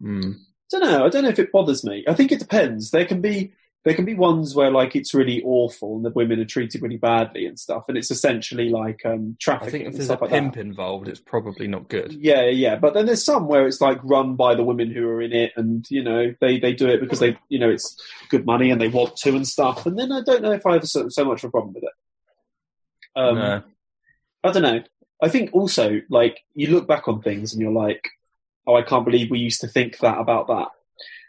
B: hmm.
A: don't know. I don't know if it bothers me. I think it depends. There can be there can be ones where like it's really awful and the women are treated really badly and stuff, and it's essentially like um,
B: I
A: trafficking
B: think if
A: and
B: there's a
A: stuff like
B: pimp
A: that.
B: involved, it's probably not good.
A: Yeah, yeah, yeah. But then there's some where it's like run by the women who are in it, and you know they they do it because they you know it's good money and they want to and stuff. And then I don't know if I have so, so much of a problem with it. Um,
B: no.
A: I don't know. I think also, like, you look back on things and you're like, oh, I can't believe we used to think that about that.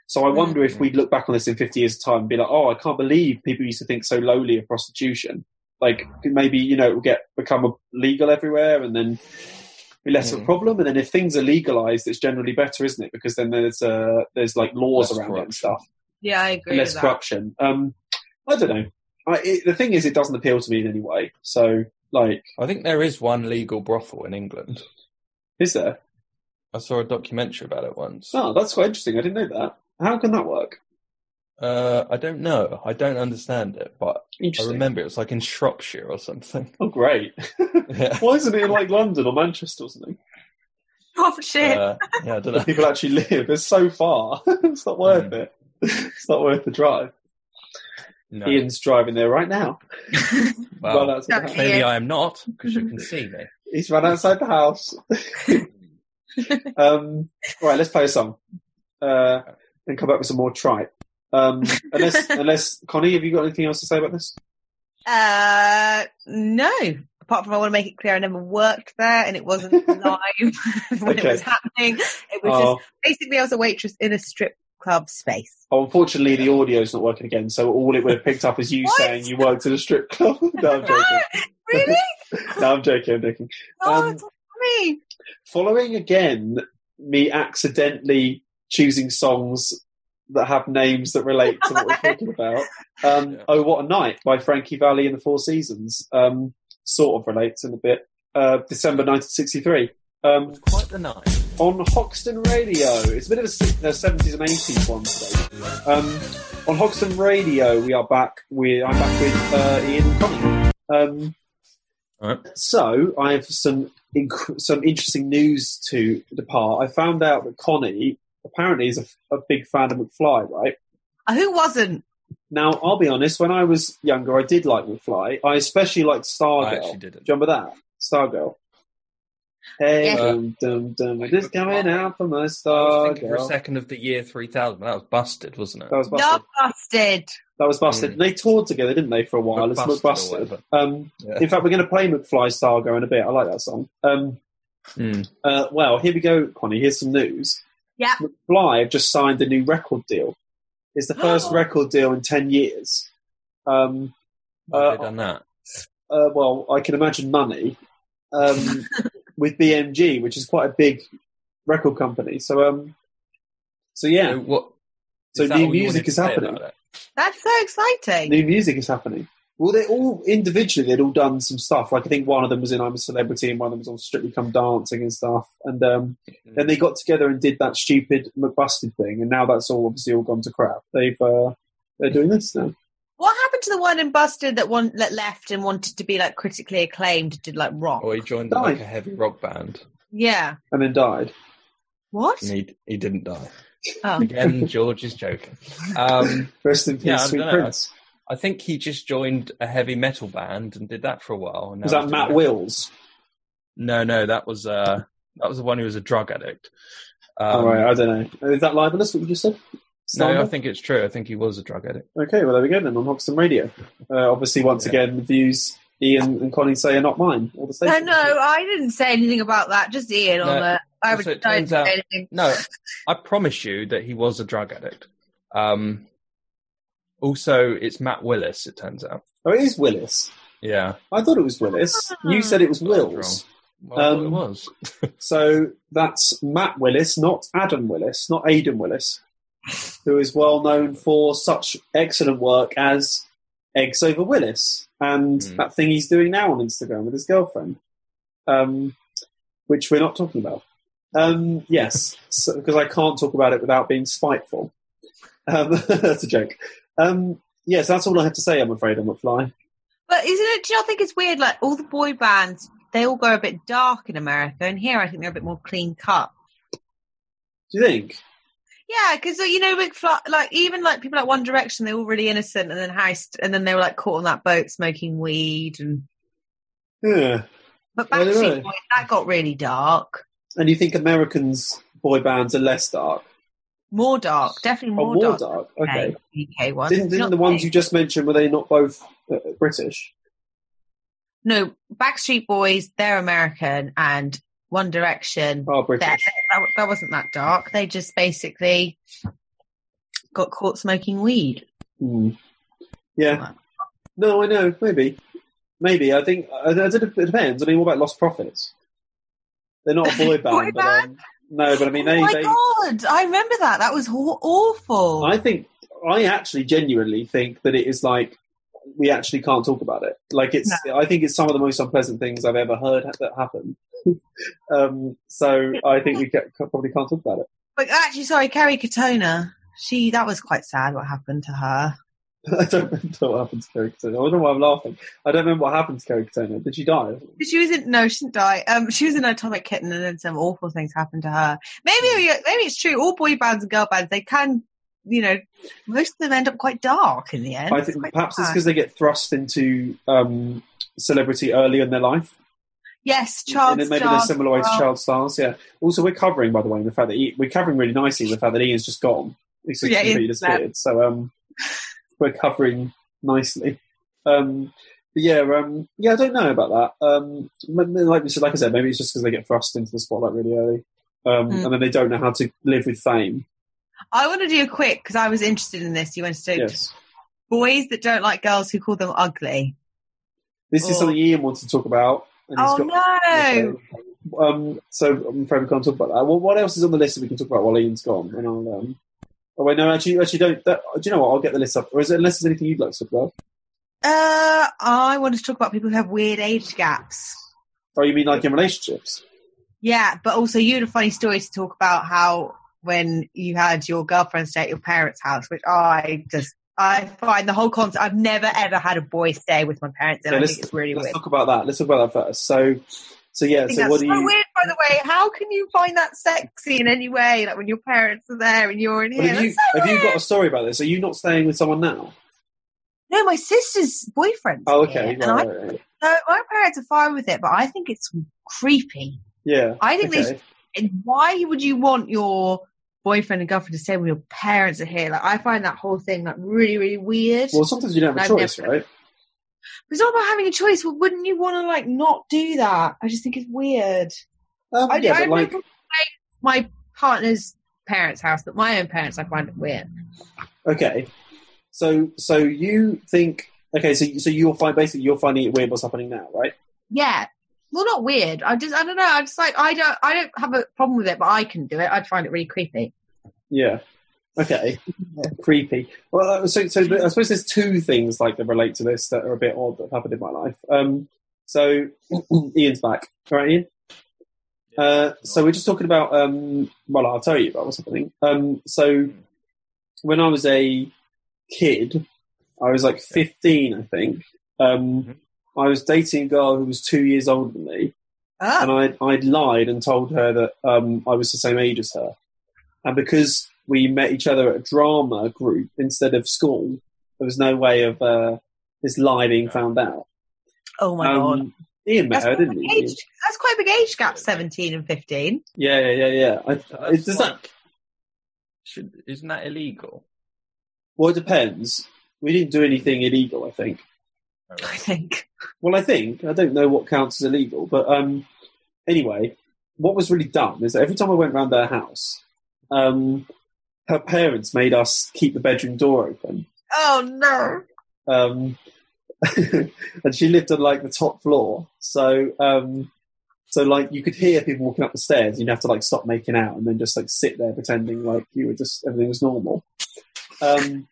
A: So I wonder
B: Mm.
A: if we'd look back on this in 50 years' time and be like, oh, I can't believe people used to think so lowly of prostitution. Like, maybe, you know, it will get, become legal everywhere and then be less of a
B: Mm.
A: problem. And then if things are legalized, it's generally better, isn't it? Because then there's, uh, there's like laws
B: Less
A: around it and
B: corruption.
A: stuff
C: yeah, I agree.
A: less
C: with that.
A: corruption. Um, I don't know. I, it, the thing is, it doesn't appeal to me in any way. So Like,
B: I think there is one legal brothel in England.
A: is there?
B: I saw a documentary about it once.
A: Oh, that's quite interesting. I didn't know that. How can that work?
B: Uh, I don't know. I don't understand it, but I
A: Interesting.
B: remember it was like in Shropshire
A: [laughs]
B: or something. [laughs]
A: Oh, great.
B: Yeah.
A: Why isn't it in, like London or Manchester or something?
C: Oh shit!
B: Uh, yeah, I don't
A: Where [laughs]
B: know.
A: people actually live. It's so far. [laughs] it's not worth it. It's not worth the drive.
B: No.
A: Ian's driving there right now.
B: Well,
A: Run outside the
C: Don't
A: house.
B: clearly I am not because you can see me.
A: He's run outside the house. um, right, let's play a song uh, and come back with some more tripe. Um, unless, unless Connie, have you got anything else to say about this?
C: Uh, no. Apart from I want to make it clear, I never worked there, and it wasn't live [laughs] when
A: Okay.
C: it was happening. It was
A: Oh,
C: just basically I was a waitress in a strip club space.
A: [laughs] oh, unfortunately, the audio's not working again, so all it would have picked up is you
C: What?
A: saying you worked at a strip club. [laughs] no, I'm joking.
C: really?
A: No, I'm joking. I'm joking.
C: Oh,
A: Um,
C: it's me.
A: Following again, me accidentally choosing songs that have names that relate to what we're talking about. Um,
B: Yeah.
A: Oh, What a Night by Frankie Valley and the Four Seasons um, sort of relates in a bit. Uh, December 1963. Um,
B: Quite the night.
A: on Hoxton Radio. It's a bit of a si- no, 70s and 80s one today. Um, on Hoxton Radio, we are back with I'm back with uh, Ian and Connie. Um,
B: All right.
A: So I have some inc- some interesting news to depart. I found out that Connie apparently is a, a big fan of McFly, right?
C: Uh, Who wasn't?
A: Now I'll be honest. When I was younger, I did like McFly. I especially liked
B: I
A: Stargirl.
B: actually
A: Do
B: didn't.
A: you remember that Stargirl? Hey,
C: Yeah.
A: dum dum dum, I'm just coming out from a
B: I was thinking for a
A: Stargirl.
B: second of the year 3000. That was busted, wasn't it?
A: That was busted.
C: Not busted.
A: That was busted.
B: Mm.
A: They toured together, didn't they, for a while? It's
B: McBusted or
A: McBusted.
B: whatever.
A: Um,
B: Yeah.
A: In fact, we're going to play McFly Stargo in a bit. I like that song. Um,
B: Hmm.
A: uh, well, here we go, Connie. Here's some news.
C: Yeah.
A: McFly have just signed a new record deal. It's the
C: [gasps]
A: first record deal in 10 years. Um,
B: Have
A: Uh,
B: they done that?
A: uh, well, I can imagine money um, with BMG, which is quite a big record company. So, um, so yeah,
B: So what?
A: So
B: is that
A: new
B: all you
A: music
B: wanted to
A: is
B: say
A: happening.
B: about it?
C: That's so exciting.
A: new music is happening. Well, they all individually they'd all done some stuff. Like I think one of them was in I'm a Celebrity, and one of them was on Strictly Come Dancing and stuff. And um, then they got together and did that stupid McBusted thing, and now that's all obviously all gone to crap. They've uh, they're doing this now.
C: What happened to the one in Busted that one that left and wanted to be like critically acclaimed? Did like rock?
B: Hmm. Or he joined
A: Died.
B: like a heavy rock band.
C: yeah.
A: And then died.
C: What?
B: And he he didn't die.
A: [laughs]
C: Oh.
B: Again, George is joking. Um,
A: Rest in peace,
B: Yeah, I
A: Sweet
B: dunno.
A: Prince.
B: I think he just joined a heavy metal band and did that for a while. and
A: Was
B: now
A: that
B: he's
A: Matt
B: doing-
A: Wills?
B: No, no, that was uh, that was the one who was a drug addict.
A: All
B: Um,
A: Oh, right, I don't know. Is that libelous? What you just said?
B: No, I
A: Slander?
B: think it's true. I think he was a drug addict.
A: Okay, well there we go then on Hoxton Radio. Uh, obviously, once
B: Yeah.
A: again, the views Ian and Connie say are not mine. All the
C: No,
A: stations.
C: no, I didn't say anything about that. Just Ian
B: No,
C: on that. I
B: so
C: would
B: it
C: don't
B: turns
C: say
B: out-
C: anything.
B: No, I promise you that he was a drug addict. Um, also, it's Matt Willis. It turns out.
A: Oh, it is Willis.
B: Yeah,
A: I thought it was Willis. You said it was Wills.
B: well, I thought
A: Um,
B: it was.
A: So that's Matt Willis, not Adam Willis, not Aidan Willis, who is well known for such excellent work as Eggs Over Willis and
B: Hmm.
A: that thing he's doing now on Instagram with his girlfriend, um, which we're not talking about. Um, yes, so, because I can't talk about it without being spiteful. Um, [laughs] that's a joke. Um, yes, that's all I have to say, I'm afraid, on McFly.
C: But isn't it? Do you not think it's weird? Like all the boy bands, they all go a bit dark in America, and here I think they're a bit more clean cut.
A: Do you think?
C: Yeah, because you know, McFly, like even like people like One Direction, they were all really innocent, and then heist, and then they were like caught on that boat smoking weed, and
A: Yeah.
C: but
A: Yeah, they
C: Backstreet
A: were.
C: Boys, that got really dark,
A: And you think Americans boy bands are less dark?
C: more dark, definitely
A: Or
C: more,
A: Oh, more
C: dark.
A: dark?
C: than
A: Okay.
C: the UK ones.
A: Didn't,
C: Do you
A: didn't
C: not
A: the ones
C: think?
A: you just mentioned were they not both uh, British?
C: No, Backstreet Boys, they're American, and One Direction,
A: Are
C: that,
A: Ah, British?
C: that, that wasn't that dark. They just basically got caught smoking weed.
A: Hmm. Yeah. No, I know. Maybe. Maybe. I think I, I, don't- it depends. I mean, what about Lost Prophets? They're not a boy band.
C: [laughs] Boy
A: but, um, no, but I mean,
C: oh
A: they.
C: my
A: they
C: god, I remember that. That was aw- awful.
A: I think I actually genuinely think that it is like we actually can't talk about it. Like it's, I think it's some of the most unpleasant things I've ever heard ha- that happened. [laughs] um, so I think we ca- probably can't talk about it.
C: But actually, sorry, Kerry Katona. She that was quite sad. What happened to her?
A: [laughs] I don't remember what happened to Kerry Katona. I don't know why I'm laughing. I don't remember what happened to Kerry Katona. Did she die?
C: She was in no, she didn't die. Um, she was an atomic kitten, and then some awful things happened to her. Maybe maybe it's true. All boy bands and girl bands they can, you know, most of them end up quite dark in the end.
A: I
C: It's
A: think
C: quite
A: perhaps it's
C: sad.
A: because they get thrust into um, celebrity early in their life.
C: yes, child
A: and then maybe
C: stars
A: they're similar ways
C: as
A: to
C: well.
A: child stars. Yeah. Also, we're covering, by the way, the fact that Ian, we're covering really nicely the fact that Ian's just gone. He's just
C: Yeah,
A: completely
C: Ian's left.
A: disappeared. So um, we're covering nicely. Um, but yeah, um, yeah, I don't know about that. Um, m- m- like we said, like I said, maybe it's just because they get thrust into the spotlight really early, um,
C: Mm.
A: and then they don't know how to live with fame.
C: I want to do a quick because I was interested in this. You wanted to
A: Yes,
C: boys that don't like girls who call them ugly.
A: this is
C: Oh.
A: something Ian wants to talk about. And he's
C: Oh
A: got-
C: no!
A: Um, so I'm afraid we can't talk about that. What, what else is on the list that we can talk about while Ian's gone? And I'll. Um, oh wait, no, actually, actually, don't. That, do you know what? I'll get the list up. Or is it unless there's anything you'd like to talk about?
C: Uh, I want to talk about people who have weird age gaps.
A: Oh, you mean like in relationships?
C: Yeah, but also you had a funny story to talk about how when you had your girlfriend stay at your parents' house, which I just I find the whole concept. I've never ever had a boy stay with my parents, and
A: Yeah,
C: I
A: let's-
C: think it's really
A: Let's
C: weird.
A: talk about that. Let's talk about that first. So, so yeah.
C: I think
A: So
C: that's
A: what
C: so
A: do you?
C: weird, by the way. How can you find that sexy in any way? Like when your parents are there and you're in
A: Well,
C: here.
A: have you,
C: That's so
A: have you
C: weird.
A: got a story about this? Are you not staying with someone now?
C: no, my sister's boyfriend.
A: Oh, okay.
C: and I,
A: Right, right, right.
C: no, my parents are fine with it, but I think it's creepy.
A: Yeah.
C: I think they
A: Okay.
C: and why would you want your boyfriend and girlfriend to stay when your parents are here? Like, I find that whole thing like really, really weird.
A: Well, sometimes you don't have a
C: I've
A: choice,
C: never-
A: right?
C: it's not about having a choice. Well, wouldn't you want to like not do that? I just think it's weird.
A: Um,
C: I,
A: yeah,
C: I
A: but like,
C: remember my, my partner's parents' house, but my own parents, I find it weird.
A: Okay. So so you think okay, so so you're fine basically you're finding it weird what's happening now, right?
C: Yeah. Well, not weird. I just, I don't know. I just like, I don't, I don't have a problem with it, but I can do it. I'd find it really creepy.
A: Yeah. Okay. Creepy. Well uh, so so I suppose there's two things like that relate to this that are a bit odd that happened in my life. Um so [clears throat] Ian's back. All right, Ian? Uh, so we're just talking about um well I'll tell you about what's happening. Um so when I was a kid, I was like fifteen, I think. Um I was dating a girl who was two years older than me. and
C: Oh,
A: I'd, I'd lied and told her that um, I was the same age as her. And because we met each other at a drama group instead of school, there was no way of uh, this lie being found out.
C: oh my God.
A: Um, Ian met
C: That's
A: her,
C: quite, a
A: didn't
C: big
A: he?
C: age, that's quite a big age gap, 17 and 15.
A: Yeah, yeah, yeah, yeah. I,
B: That's
A: it- does that,
B: like- should, isn't that illegal?
A: well, it depends. We didn't do anything illegal, I think.
B: Oh,
C: I think.
A: Well, I think I don't know what counts as illegal, but um, anyway, what was really dumb is that every time I went round their house, um, her parents made us keep the bedroom door open.
C: Oh no.
A: um, [laughs] and she lived on like the top floor. So, um, so like you could hear people walking up the stairs. You'd have to like stop making out and then just like sit there pretending like you were just everything was normal. Um,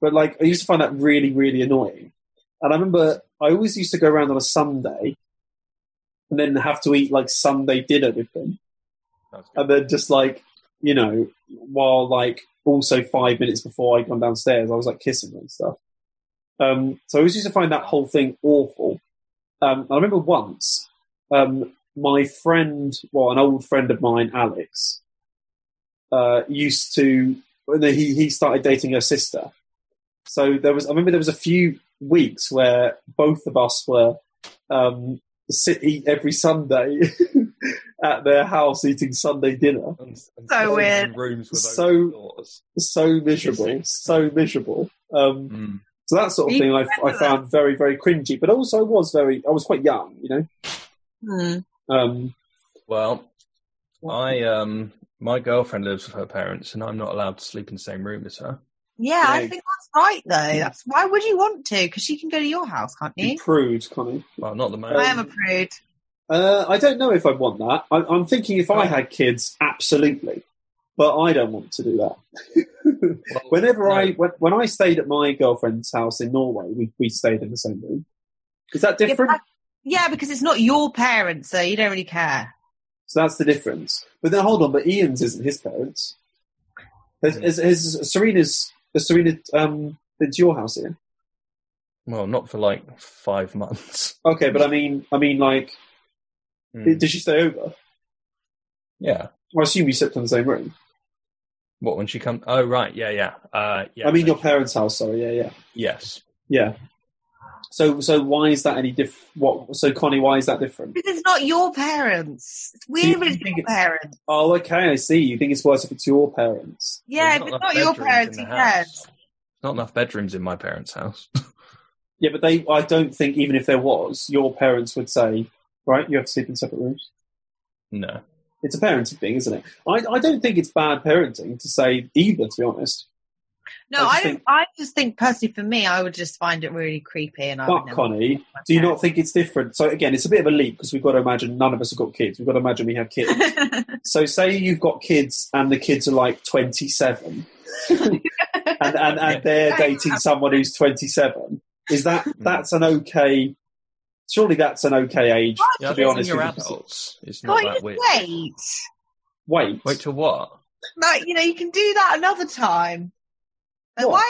A: but like I used to find that really really annoying. And I remember I always used to go around on a Sunday and then have to eat like Sunday dinner with them
B: That's good.
A: and then just like you know while like also five minutes before i'd gone downstairs i was like kissing her and stuff um so i always used to find that whole thing awful um i remember once um my friend well an old friend of mine alex uh used to when he he started dating her sister so there was i remember there was a few weeks where both of us were um sit eat every sunday [laughs] at their house eating sunday dinner
B: And- and
C: So
B: sitting
C: weird.
B: in Rooms with
A: So-
B: open doors.
A: so miserable, so miserable. Um,
B: Hmm.
A: so that sort of thing I, I found very, very cringy. But also, I was very, I was quite young, you know.
C: Hmm.
A: Um,
B: Well, I um, my girlfriend lives with her parents, and I'm not allowed to sleep in the same room as her.
C: Yeah, I
A: Yeah. Hmm.
C: think that's right though. That's why would you want to? Because she can go to your house, can't
A: you
C: you?
A: prude, Connie.
B: Well, not the
A: Um,
C: I
B: moment.
C: am a prude.
A: Uh, I don't know if I'd want that. I, I'm thinking if I had kids, absolutely. But I don't want to do that. [laughs] Whenever
B: no.
A: I when, when I stayed at my girlfriend's house in Norway, we, we stayed in the same room. Is that
C: Yeah,
A: different?
C: but- yeah, because it's not your parents, so you don't really care.
A: So that's the difference. But then hold on, but Ian's isn't his parents. Is, is, is Serena's is Serena um been to your house Ian?
B: Well, not for like five months.
A: Okay, but I mean I mean like
B: Mm.
A: did she stay over?
B: Yeah.
A: Well, I assume you slept in the same room.
B: What when she come? Oh right, yeah, yeah, uh, yeah.
A: I mean
B: so-
A: your parents' house, sorry, yeah, yeah.
B: yes.
A: Yeah. So so why is that any diff what so Connie, why is that different?
C: Because it's not your parents. It's
A: you
C: weird when it's
A: think
C: your
A: it's-
C: parents.
A: Oh, okay, I see. You think it's worse if it's your parents.
C: Yeah,
B: There's
C: if it's
B: enough
C: not your
B: bedrooms in
C: parents,
B: the
C: who
B: house.
C: cares?
B: Not enough bedrooms in my parents' house. [laughs]
A: Yeah, but they I don't think even if there was, your parents would say, Right, you have to sleep in separate rooms.
B: no.
A: It's a parenting thing, isn't it? I, I don't think it's bad parenting to say either, to be honest. I
C: No,
A: just
C: I, don't.
A: think-
C: I just think personally, for me, I would just find it really creepy, and I would
A: But,
C: never
A: Connie,
C: my
A: do you
C: [laughs]
A: not think it's different? So, again, it's a bit of a leap because we've got to imagine none of us have got kids. We've got to imagine we have
C: [laughs]
A: kids.
C: parents.
A: so, say you've got kids and the kids are like
C: [laughs]
A: 27 and, and, and they're dating someone who's 27. Is
B: Hmm.
A: that, that's an okay, surely that's an okay age,
B: Yeah,
A: to
B: I
A: be
B: think
A: honest.
B: when you're
A: with you.
B: adults, it's
C: Can't
B: not
C: you
B: that
C: just
B: weird.
C: wait?
A: Wait.
B: Wait till what?
C: Like you know, you can do that another time. Like,
A: What?
C: why? are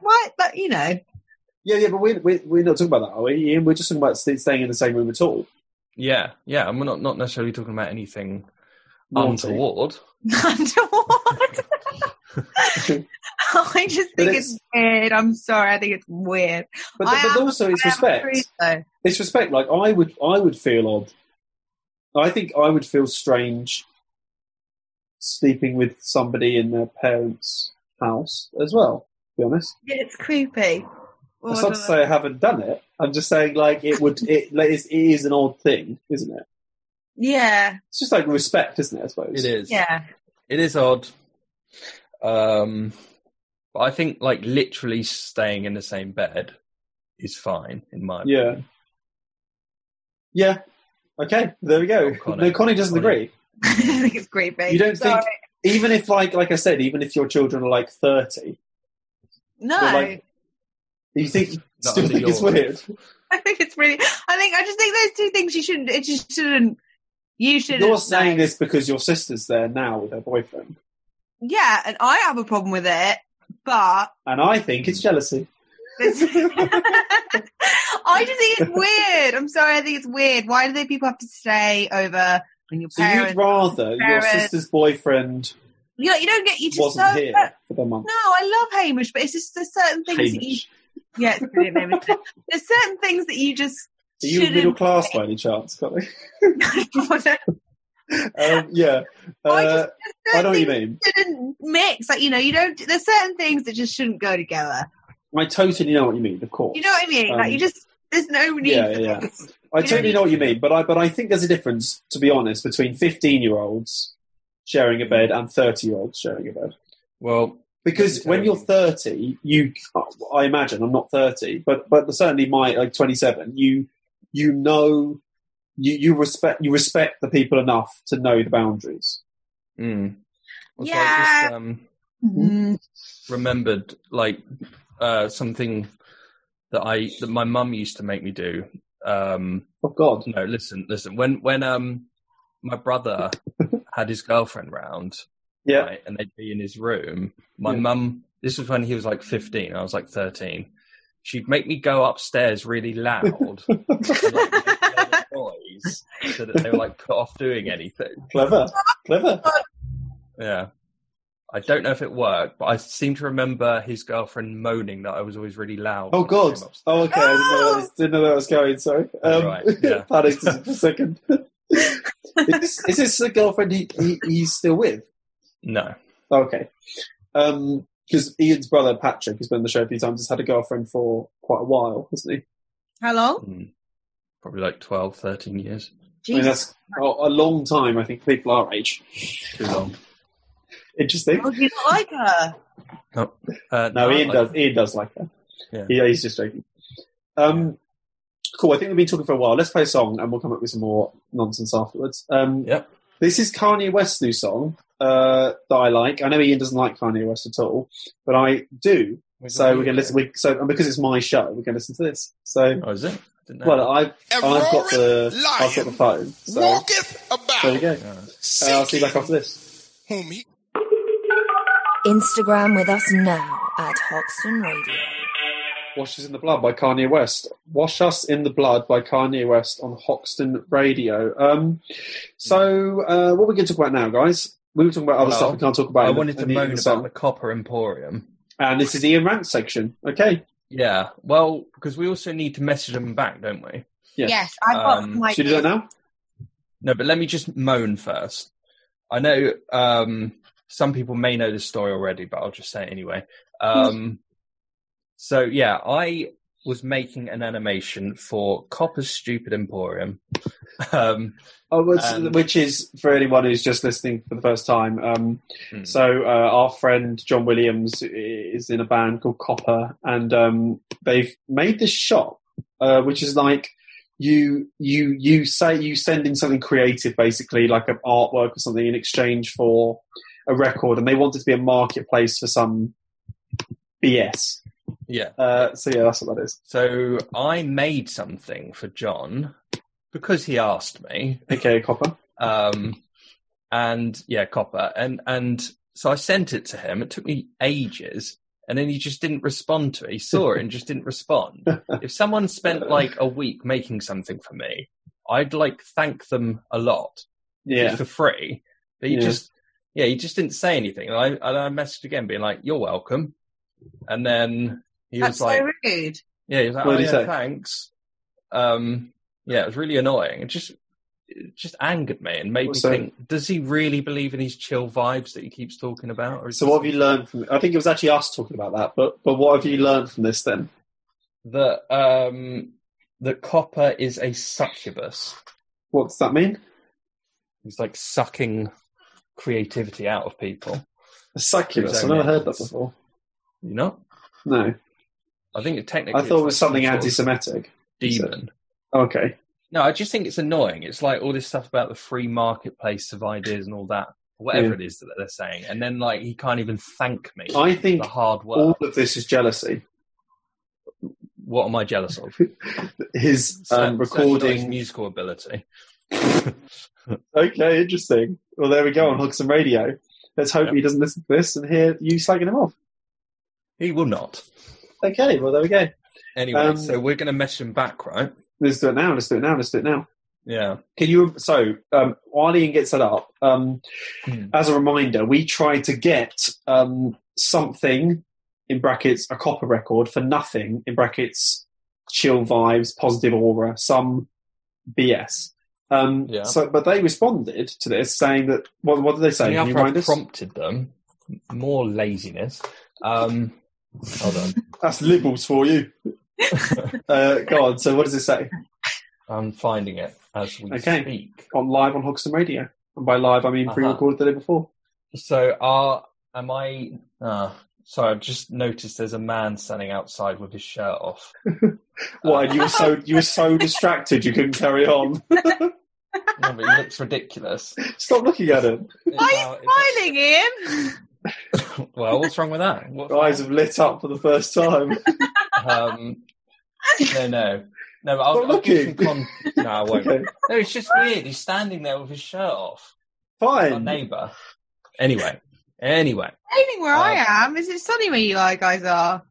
C: they- Why? But you know, [laughs]
A: Yeah, yeah, but we're, we're, we're not talking about that, are we, Ian? We're just talking about st- staying in the same room at all.
B: Yeah, yeah. And we're not not necessarily talking about anything
A: Naughty.
B: untoward.
C: underwater. [laughs] I just
A: But
C: think it's, weird. I'm sorry. I think it's weird.
A: But,
C: I
A: but
C: am-
A: also, it's
C: I am
A: respect.
C: True, though.
A: it's respect. Like I would, I would feel odd. I think I would feel strange sleeping with somebody in their parents' house as well. To be honest,
C: Yeah, it's creepy. Or
A: that's not to
C: whatever.
A: say I haven't done it. I'm just saying, like it would, it, like, it's, it is an odd thing, isn't it?
C: yeah,
A: It's just like respect, isn't it? I suppose
B: It is.
C: yeah. [laughs]
B: It is odd. Um, but I think like literally staying in the same bed is fine in my
A: Yeah.
B: opinion.
A: Yeah. Okay, there we go.
B: Oh, Connie.
A: No, Connie doesn't
B: Connie.
A: agree.
C: I think it's creepy.
A: You don't
C: Sorry.
A: think, even if like, like I said, even if your children are like thirty,
C: No,
A: they're like- you think
B: Not
A: still
B: under
A: [laughs] think it's
B: your-
A: weird.
C: I think it's really. I think I just think those two things you shouldn't. It just shouldn't. You shouldn't.
A: You're saying
C: know.
A: this because your sister's there now with her boyfriend,
C: Yeah, and I have a problem with it, but
A: and I think it's jealousy. [laughs]
C: I just think it's weird. I'm sorry, I think it's weird. Why do they people have to stay over when your
A: So
C: parents?
A: you'd rather your
C: parents-
A: sister's boyfriend
C: you, know, you don't get you just
A: wasn't
C: don't-
A: here for the month.
C: No, I love Hamish, but it's just there's certain things that you.
A: Hamish.
C: Yeah, it's brilliant, Hamish. there's certain things that you just.
A: Are you
C: shouldn't- [laughs]
A: middle class by any chance? Connie? [laughs] um, yeah,
C: I
A: uh,
C: just-
A: I know what you mean.
C: Shouldn't mix, like you know, you don't. There's certain things that just shouldn't go together.
A: I totally know what you mean. Of course,
C: You know what I mean? like
A: Um,
C: you just there's no need.
A: yeah,
C: for
A: yeah.
C: this.
A: I
C: know-
A: totally know what you mean. But I, but I think there's a difference, to be honest, between 15 year olds sharing a bed and 30 year olds sharing a bed.
B: Well,
A: Because
B: That's
A: when you're
B: terrible.
A: 30, you, I imagine, I'm not 30, but, but certainly my, like 27, you, you know, you, you respect, you respect the people enough to know the boundaries.
B: mm. Also, I
C: Yeah.
B: just, um,
C: Mm.
B: remembered like uh, something that I that my mum used to make me do. Um,
A: Oh God.
B: no, listen, listen. When when um my brother had his girlfriend round,
A: Yeah.
B: right, and they'd be in his room. My
A: Yeah.
B: mum, this was when he was like 15, I was like 13. She'd make me go upstairs
A: [laughs]
B: really loud, and, like, make a lot of noise, so that they were like put off doing anything.
A: Clever. Clever.
B: Yeah. I don't know if it worked, but I seem to remember his girlfriend moaning that I was always really loud.
A: Oh
B: when I
A: God.
B: came upstairs.
A: Oh, okay. I didn't know that was, didn't know that was going. Sorry. Um,
B: Right, yeah.
A: [laughs] panicked for a second. [laughs] is this, is this the girlfriend he, he, he's still with?
B: No.
A: Okay. Um, because Ian's brother Patrick, who's been on the show a few times, has had a girlfriend for quite a while, hasn't he?
C: How long?
B: Hmm. Probably like 12, 13 years.
A: I mean,
C: Jesus.
A: that's a, a long time, I think, for people our age.
B: Too long.
A: Interesting.
C: Oh, do you not like her?
B: Uh,
A: No, Ian
B: like-
A: does. Ian does like that.
B: Yeah.
A: He- he's just joking. Um, cool. I think we've been talking for a while. Let's play a song, and we'll come up with some more nonsense afterwards. Um,
B: Yep.
A: This is Kanye West's new song. uh, that I like. I know Ian doesn't like Kanye West at all, but I do. so we're going to listen. We, so and because it's my show, we're going to listen to this. So
B: Oh, is it? I didn't know.
A: well, I I've got the
E: roaring
A: I've got the
E: lion
A: phone. So
E: walketh
A: there we
E: about,
A: go. Uh, I'll see you back
E: seeking
A: after this.
E: whom he
F: Instagram with us now at Hoxton Radio.
A: Wash Us in the Blood by Kanye West. Wash Us in the Blood by Kanye West on Hoxton Radio. Um, so, uh, what are we going to talk about now, guys? We were talking about other
B: Well,
A: stuff we can't talk about.
B: I
A: in the-
B: wanted to
A: in the
B: moan
A: song.
B: about the Copper Emporium.
A: And this is the Ian Rant section. Okay.
B: Yeah, well, because we also need to message them back, don't we?
A: Yes.
C: Yes, I've got
B: Um,
C: my.
A: Should we do that now?
B: No, but let me just moan first. I know um, some people may know this story already, but I'll just say it anyway. Um, so, yeah, I was making an animation for Copper's Stupid Emporium. Um,
A: Oh, which,
B: Um,
A: which is for anyone who's just listening for the first time. Um,
B: Hmm.
A: So uh, our friend John Williams is in a band called Copper, and um, they've made this shop, uh, which is like you you you say you send in something creative, basically like an artwork or something in exchange for a record, and they want it to be a marketplace for some BS.
B: yeah.
A: Uh, so yeah, that's what that is.
B: So I made something for John because he asked me.
A: Okay, Copper.
B: um, and yeah, copper. And and so I sent it to him. It took me ages, and then he just didn't respond to it. He saw it and just
A: [laughs]
B: didn't respond. if someone spent like a week making something for me, I'd like thank them a lot
A: Yeah,
B: for free. But he
A: Yeah.
B: just yeah, he just didn't say anything. And I and I messaged again, being like, "You're welcome," and then he
C: That's
B: was like,
C: so rude.
B: yeah, he was like,
A: What
B: oh,
A: did he
B: yeah,
A: say?
B: thanks. Um, yeah, it was really annoying. It just, it just angered me and made me
A: So-
B: think: Does he really believe in these chill vibes that he keeps talking about? Or is
A: So what have you learned from? I think it was actually us talking about that, but but what have you learned from this then?
B: that um, that copper is a succubus?
A: What does that mean?
B: He's like sucking creativity out of people.
A: A succubus. I've
B: Exactly.
A: never heard that before.
B: You know,
A: No,
B: I think it technically.
A: I thought
B: it's
A: it was
B: like
A: something
B: some sort of
A: anti-Semitic.
B: Demon.
A: Okay.
B: No, I just think it's annoying. It's like all this stuff about the free marketplace of ideas and all that, whatever
A: Yeah.
B: it is that they're saying, and then like he can't even thank me.
A: I
B: for
A: think
B: the hard work.
A: all of this is jealousy.
B: What am I
A: [laughs]
B: jealous of?
A: His um,
B: Cer- certain noise
A: recording.
B: musical ability.
A: Okay, interesting. Well, there we go on Hoxton Radio. Let's hope
B: Mm. Yep.
A: he doesn't listen to this and hear you slagging him off.
B: He will not.
A: Okay, well, there we go.
B: Anyway,
A: Um,
B: so we're going to mess him back, right?
A: Let's do it now. Let's do it now. Let's do it now.
B: Yeah.
A: Can you? So, um, while Ian gets that up, um,
B: Hmm.
A: as a reminder, we tried to get um, something in brackets a copper record for nothing in brackets chill vibes, positive aura, some BS. Um,
B: Yeah.
A: So, but they responded to this saying that what, what did they say?
B: So
A: Can you
B: after I
A: remind us?
B: prompted them, more laziness. Um, hold on.
A: That's liberals for you.
B: [laughs]
A: uh, go on. So, what does it say
B: I'm finding it as we
A: Okay.
B: speak.
A: on live on Hoxton Radio? And by live, I mean
B: Uh-huh.
A: pre-recorded the day before.
B: So are am I? Uh, sorry, I've just noticed there's a man standing outside with his shirt
A: [laughs]
B: off. Uh,
A: What? And you were so you were
B: [laughs]
A: so distracted you couldn't carry on.
B: No, but he looks ridiculous.
A: Stop looking at
B: [laughs]
A: him.
C: Why
B: Now,
C: are
B: is
C: you smiling, Ian?
B: it- well, what's wrong with that? What's
A: Your eyes have lit up for the first time.
B: Um, no, no, no. But I'll,
A: Stop
B: I'll give some
A: looking.
B: con. No, [laughs] I won't.
A: okay,
B: No, it's just weird. He's standing there with his shirt off. Our
A: fine.
B: neighbour. Anyway, anyway.
C: Raining where
B: Um,
A: Uh,
C: I am. Is it sunny where you are, guys are?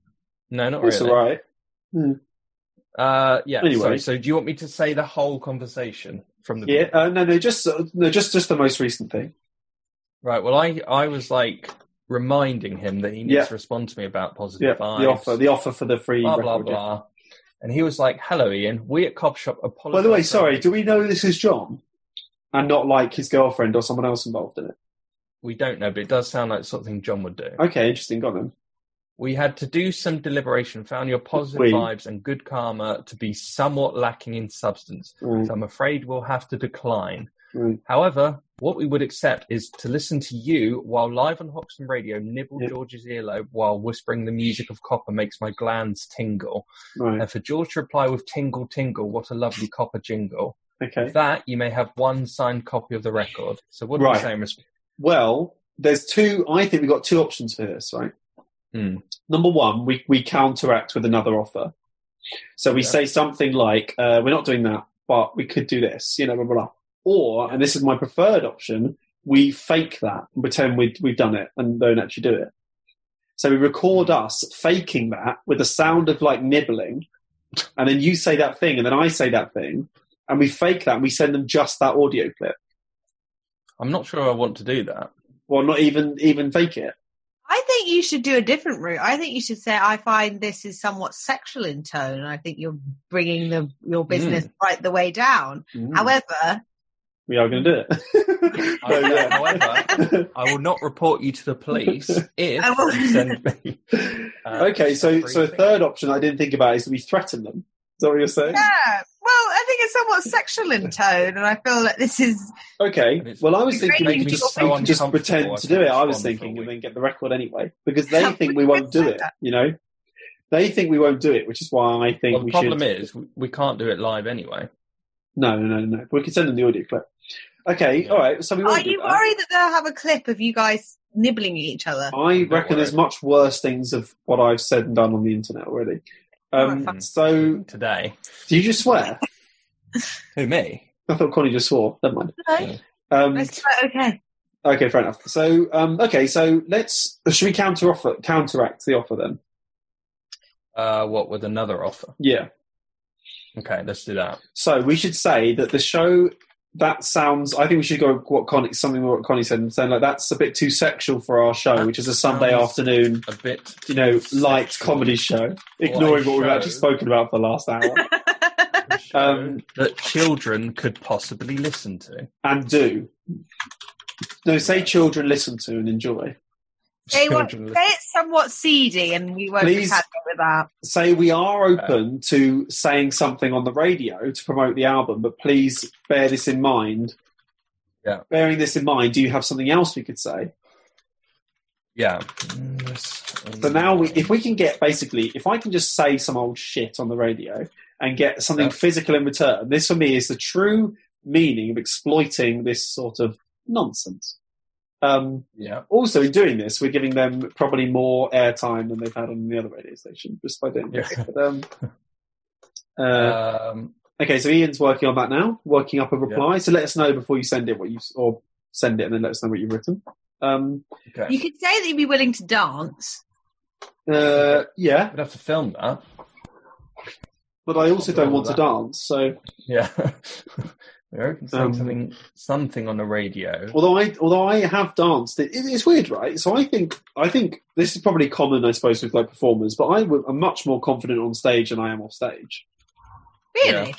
B: No, not
A: It's
B: really.
A: all right.
B: Uh, yeah.
A: Anyway.
B: Sorry. So, do you want me to say the whole conversation from the
A: Yeah. Uh, no, no, just uh, no, just just the most recent thing.
B: Right. Well, I I was like reminding him that he needs
A: Yeah.
B: to respond to me about positive
A: Yeah,
B: vibes.
A: the offer, the offer for the free.
B: blah blah
A: record, yeah.
B: blah. And he was like, "Hello, Ian. We at Cop Shop apologize."
A: By the way, sorry. Do we know this is John, and not like his girlfriend or someone else involved in it?
B: we don't know, but it does sound like something John would do.
A: Okay, interesting. Got them.
B: We had to do some deliberation. Found your positive
A: We.
B: vibes and good karma to be somewhat lacking in substance,
A: Right,
B: so I'm afraid we'll have to decline.
A: right.
B: However, what we would accept is to listen to you while live on Hoxton Radio, nibble
A: Yeah.
B: George's earlobe while whispering the music of copper makes my glands tingle.
A: right.
B: And for George to reply with tingle, tingle, what a lovely copper jingle.
A: Okay.
B: With that, you may have one signed copy of the record. So what do we
A: Right.
B: say in response?
A: Well, there's two. I think we've got two options for this, right?
B: Hmm.
A: Number one, we we counteract with another offer. So we
B: Yeah.
A: say something like, uh, "We're not doing that, but we could do this," you know, blah blah blah. Or, and this is my preferred option, we fake that and pretend we we've done it and don't actually do it. So we record
B: Hmm.
A: us faking that with a sound of like nibbling, and then you say that thing, and then I say that thing, and we fake that. and We send them just that audio clip.
B: I'm not sure I want to
A: [laughs]
B: do that.
A: Well, not even even fake it.
C: I think you should do a different route. I think you should say, "I find this is somewhat sexual in tone, and I think you're bringing the
A: Mm.
C: your business right the way down."
B: Hmm.
C: However,
A: we are going to do
B: [laughs]
A: it.
B: I will-
A: So, yeah.
B: however, I will not report you to
A: [laughs]
B: the police if
C: I will-
B: you send me. uh,
A: okay, so so a
B: briefing.
A: third option I didn't think about is we threaten them. Is that what you're saying?
C: yeah, well, I think it's somewhat sexual in tone, and I feel that this is
A: Okay.
B: And it's-
A: Well, I was
C: It
A: thinking
C: makes
A: we could
C: me
A: just,
C: so
A: we could just
B: uncomfortable
A: pretend
B: I
A: to do it.
B: can't
A: I was
B: respond for a
A: thinking, and
B: week.
A: then get the record anyway because
C: [laughs]
A: they think we
C: We
A: won't do
C: could say
A: it.
C: that.
A: You know, they think we won't do it, which is why I think
B: Well, the
A: we
B: problem
A: should.
B: is we- we can't do it live anyway.
A: No, no, no, no. We could send them the audio clip. Okay.
B: Yeah.
A: All right. So we won't
C: Are
A: do
C: you
A: that.
C: worried that they'll have a clip of you guys nibbling at each other?
A: I reckon
B: Don't worry.
A: there's much worse things of what I've said and done on the internet already.
C: Oh,
A: Um,
B: Alright,
A: so,
B: Today,
A: do you just swear?
B: who me?
A: I thought Connie just swore. Never mind.
C: Okay.
A: Um,
C: Let's try- okay.
A: Okay, fair enough. So, um, okay, so let's should we counter offer counteract the offer then?
B: Uh, what with another offer?
A: Yeah.
B: Okay, let's do that.
A: So we should say that the show that sounds. I think we should go with what Connie something what Connie said and saying like that's a bit too sexual for our show,
B: That
A: which is a Sunday
B: sounds-
A: afternoon,
B: A
A: [laughs]
B: bit.
A: you know, light
B: Sexual.
A: comedy show. Ignoring what we've
B: show.
A: actually spoken about for the last hour Um,
B: that children could possibly listen to.
A: and do. No, say children listen to and enjoy.
C: They won't-
B: Children
C: Say it's somewhat seedy, and we won't be
A: Please.
C: happy with that.
A: Say we are open to saying something on the radio to promote the album, but please bear this in mind.
B: Yeah.
A: Bearing this in mind, do you have something else we could say?
B: Yeah.
A: So
B: Mm.
A: now, we, if we can get basically, if I can just say some old shit on the radio and get something
B: Yeah.
A: physical in return, this for me is the true meaning of exploiting this sort of nonsense. Um,
B: yeah,
A: also, in doing this, we're giving them probably more airtime than they've had on the other radio station just by doing this.
B: Yeah.
A: But, um, uh,
B: [laughs] um,
A: okay, so Ian's working on that now, working up a reply. So let us know before you send it what you or send it and then let us know what you've written. Um,
B: okay.
C: You could say that you'd be willing to dance.
A: uh, yeah,
B: We'd have to film that.
A: but I also don't
B: All
A: want to
B: that.
A: dance. So
B: Yeah. [laughs] We're open to
A: Um,
B: saying something, something on the radio.
A: although I although I have danced, it, it- it's weird, right? So I think I think this is probably common, I suppose, with like performers. But I w- I'm much more confident on stage than I am off stage.
C: Really?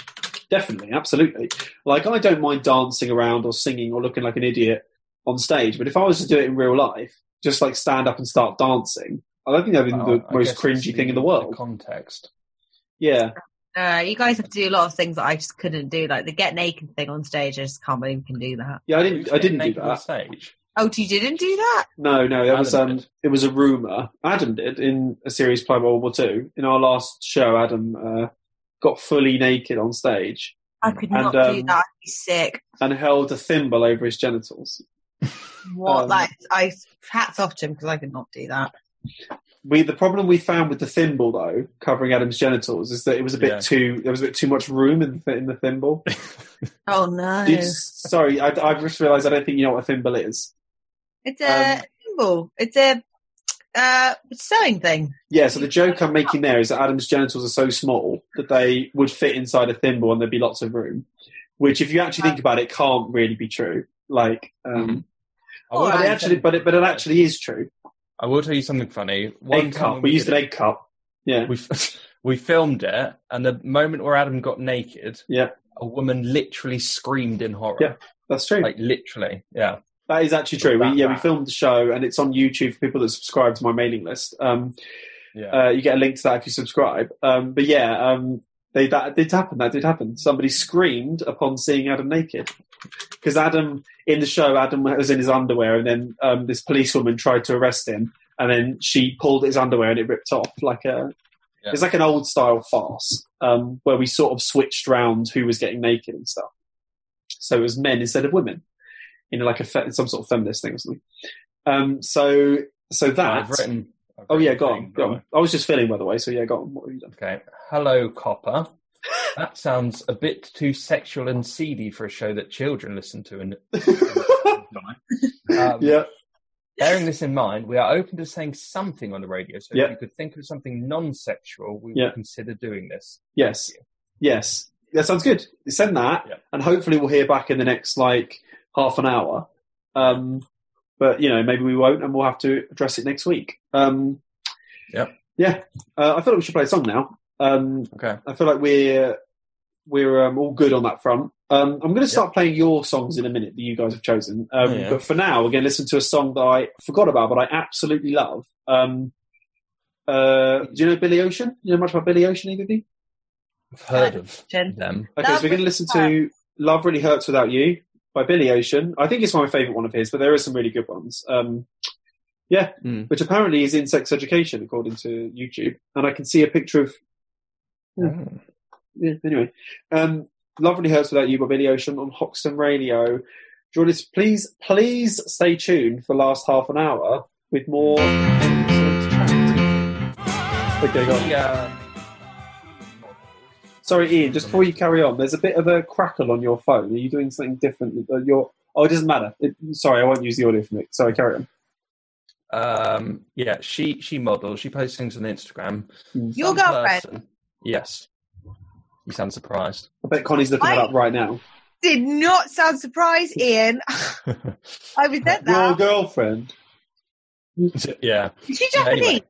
A: Definitely, absolutely. Like I don't mind dancing around or singing or looking like an idiot on stage, but if I was to do it in real life, just like stand up and start dancing, I don't think that'd be
B: Well,
A: the
B: I
A: most
B: guess it's
A: cringy thing in the world.
B: context.
A: yeah,
C: Uh, you guys have to do a lot of things that I just couldn't do, like the get naked thing on stage. I just can't believe you can do that.
A: yeah, I didn't, I didn't do
B: Naked on
A: that.
B: stage.
C: Oh, you didn't do that?
A: No, no, that was
B: Adam
A: um,
B: did.
A: it was a rumor. Adam did in a series play by World War Two. In our last show, Adam uh, got fully naked on stage
C: I could
A: And,
C: not do
A: um,
C: that. I'd be sick.
A: and held a thimble over his genitals.
C: What?
A: um,
C: like, I hats off to him because I could not do that.
A: We the problem we found with the thimble though covering Adam's genitals is that it was a bit
B: Yeah.
A: too there was a bit too much room in the, in the
B: [laughs]
A: thimble.
C: Oh no!
A: You just- sorry, I, I just realised I don't think you know what a thimble is.
C: It's a
A: Um,
C: symbol. It's a uh, sewing thing.
A: Yeah, so the joke I'm making there is that Adam's genitals are so small that they would fit inside a thimble and there'd be lots of room, which if you actually think about it can't really be true. Like,
B: Mm-hmm.
A: um,
B: I will,
A: but
C: Alright.
A: it
B: tell you
A: actually, but it, but it actually is true.
B: something- I will tell you something funny. One
A: Egg
B: time
A: cup.
B: when
A: We used
B: did
A: an
B: it,
A: egg cup. Yeah,
B: We, f- [laughs] we filmed it, and the moment where Adam got naked,
A: Yeah.
B: a woman literally screamed in horror.
A: Yeah. that's true.
B: Like, literally. Yeah.
A: That is actually true. We,
B: That
A: yeah, we
B: bad.
A: filmed the show and it's on YouTube for people that subscribe to my mailing list. Um,
B: Yeah.
A: uh, you get a link to that if you subscribe. Um, but yeah, um, they, that did happen. That did happen. Somebody screamed upon seeing Adam naked because Adam in the show, Adam was in his underwear, and then um, this policewoman tried to arrest him, and then she pulled his underwear and it ripped off like a.
B: Yeah.
A: It's like an old style farce um, where we sort of switched round who was getting naked and stuff. So it was men instead of women, you know, like a fe- some sort of feminist thing or something. Um, so so that.
B: I've written. I've
A: oh yeah,
B: written
A: go
B: thing,
A: on,
B: by the
A: go
B: way.
A: on. I was just filling, by the way. So yeah, go on. [laughs] What have you
B: [laughs]
A: done?
B: Okay. Hello, Copper. That sounds a bit too sexual and seedy for a show that children listen to. And um,
A: yeah,
B: bearing this in mind, we are open to saying something on the radio. So
A: Yeah.
B: if you could think of something non-sexual, we
A: Yeah.
B: would consider doing this.
A: yes, yes. That sounds good. Send that,
B: Yeah.
A: and hopefully we'll hear back in the next like half an hour. Um, but you know, maybe we won't, and we'll have to address it next week. Um,
B: Yeah.
A: yeah. Uh, I feel like we should play a song now. Um,
B: Okay.
A: I feel like we're we're um, all good on that front. Um, I'm going to start playing your songs in a minute that you guys have chosen. Um,
B: Oh, yeah.
A: But for now, we're going to listen to a song that I forgot about, but I absolutely love. Um, uh, do you know Billy Ocean? Do you know much about Billy Ocean, either of you?
B: I've heard of them.
A: Okay,
C: Love
A: so we're going to
C: Really
A: listen to Love Really Hurts Without You by Billy Ocean. I think it's my favourite one of his, but there are some really good ones. Um, yeah,
B: Mm.
A: which apparently is in sex education, according to YouTube. And I can see a picture of Yeah.
B: Oh.
A: yeah, anyway. Um, Love Really Hurts Without You by Billy Ocean on Hoxton Radio. Jordan, please, please stay tuned for the last half an hour with more. Okay, go on.
B: Oh, Yeah.
A: Sorry, Ian, just before you carry on, there's a bit of a crackle on your phone. Are you doing something different? Uh, Your Oh, it doesn't matter. It, sorry, I won't use the audio from it. Sorry, carry on.
B: Um, yeah, she she models. She posts things on Instagram.
C: Your
B: Some
C: girlfriend.
B: person- yes. You sound surprised. [laughs]
A: I bet Connie's looking
C: I-
A: that up right now.
C: Did not sound surprised, Ian. I was at
A: Your
C: that.
A: girlfriend.
B: yeah.
C: Is she
B: Yeah,
C: Japanese?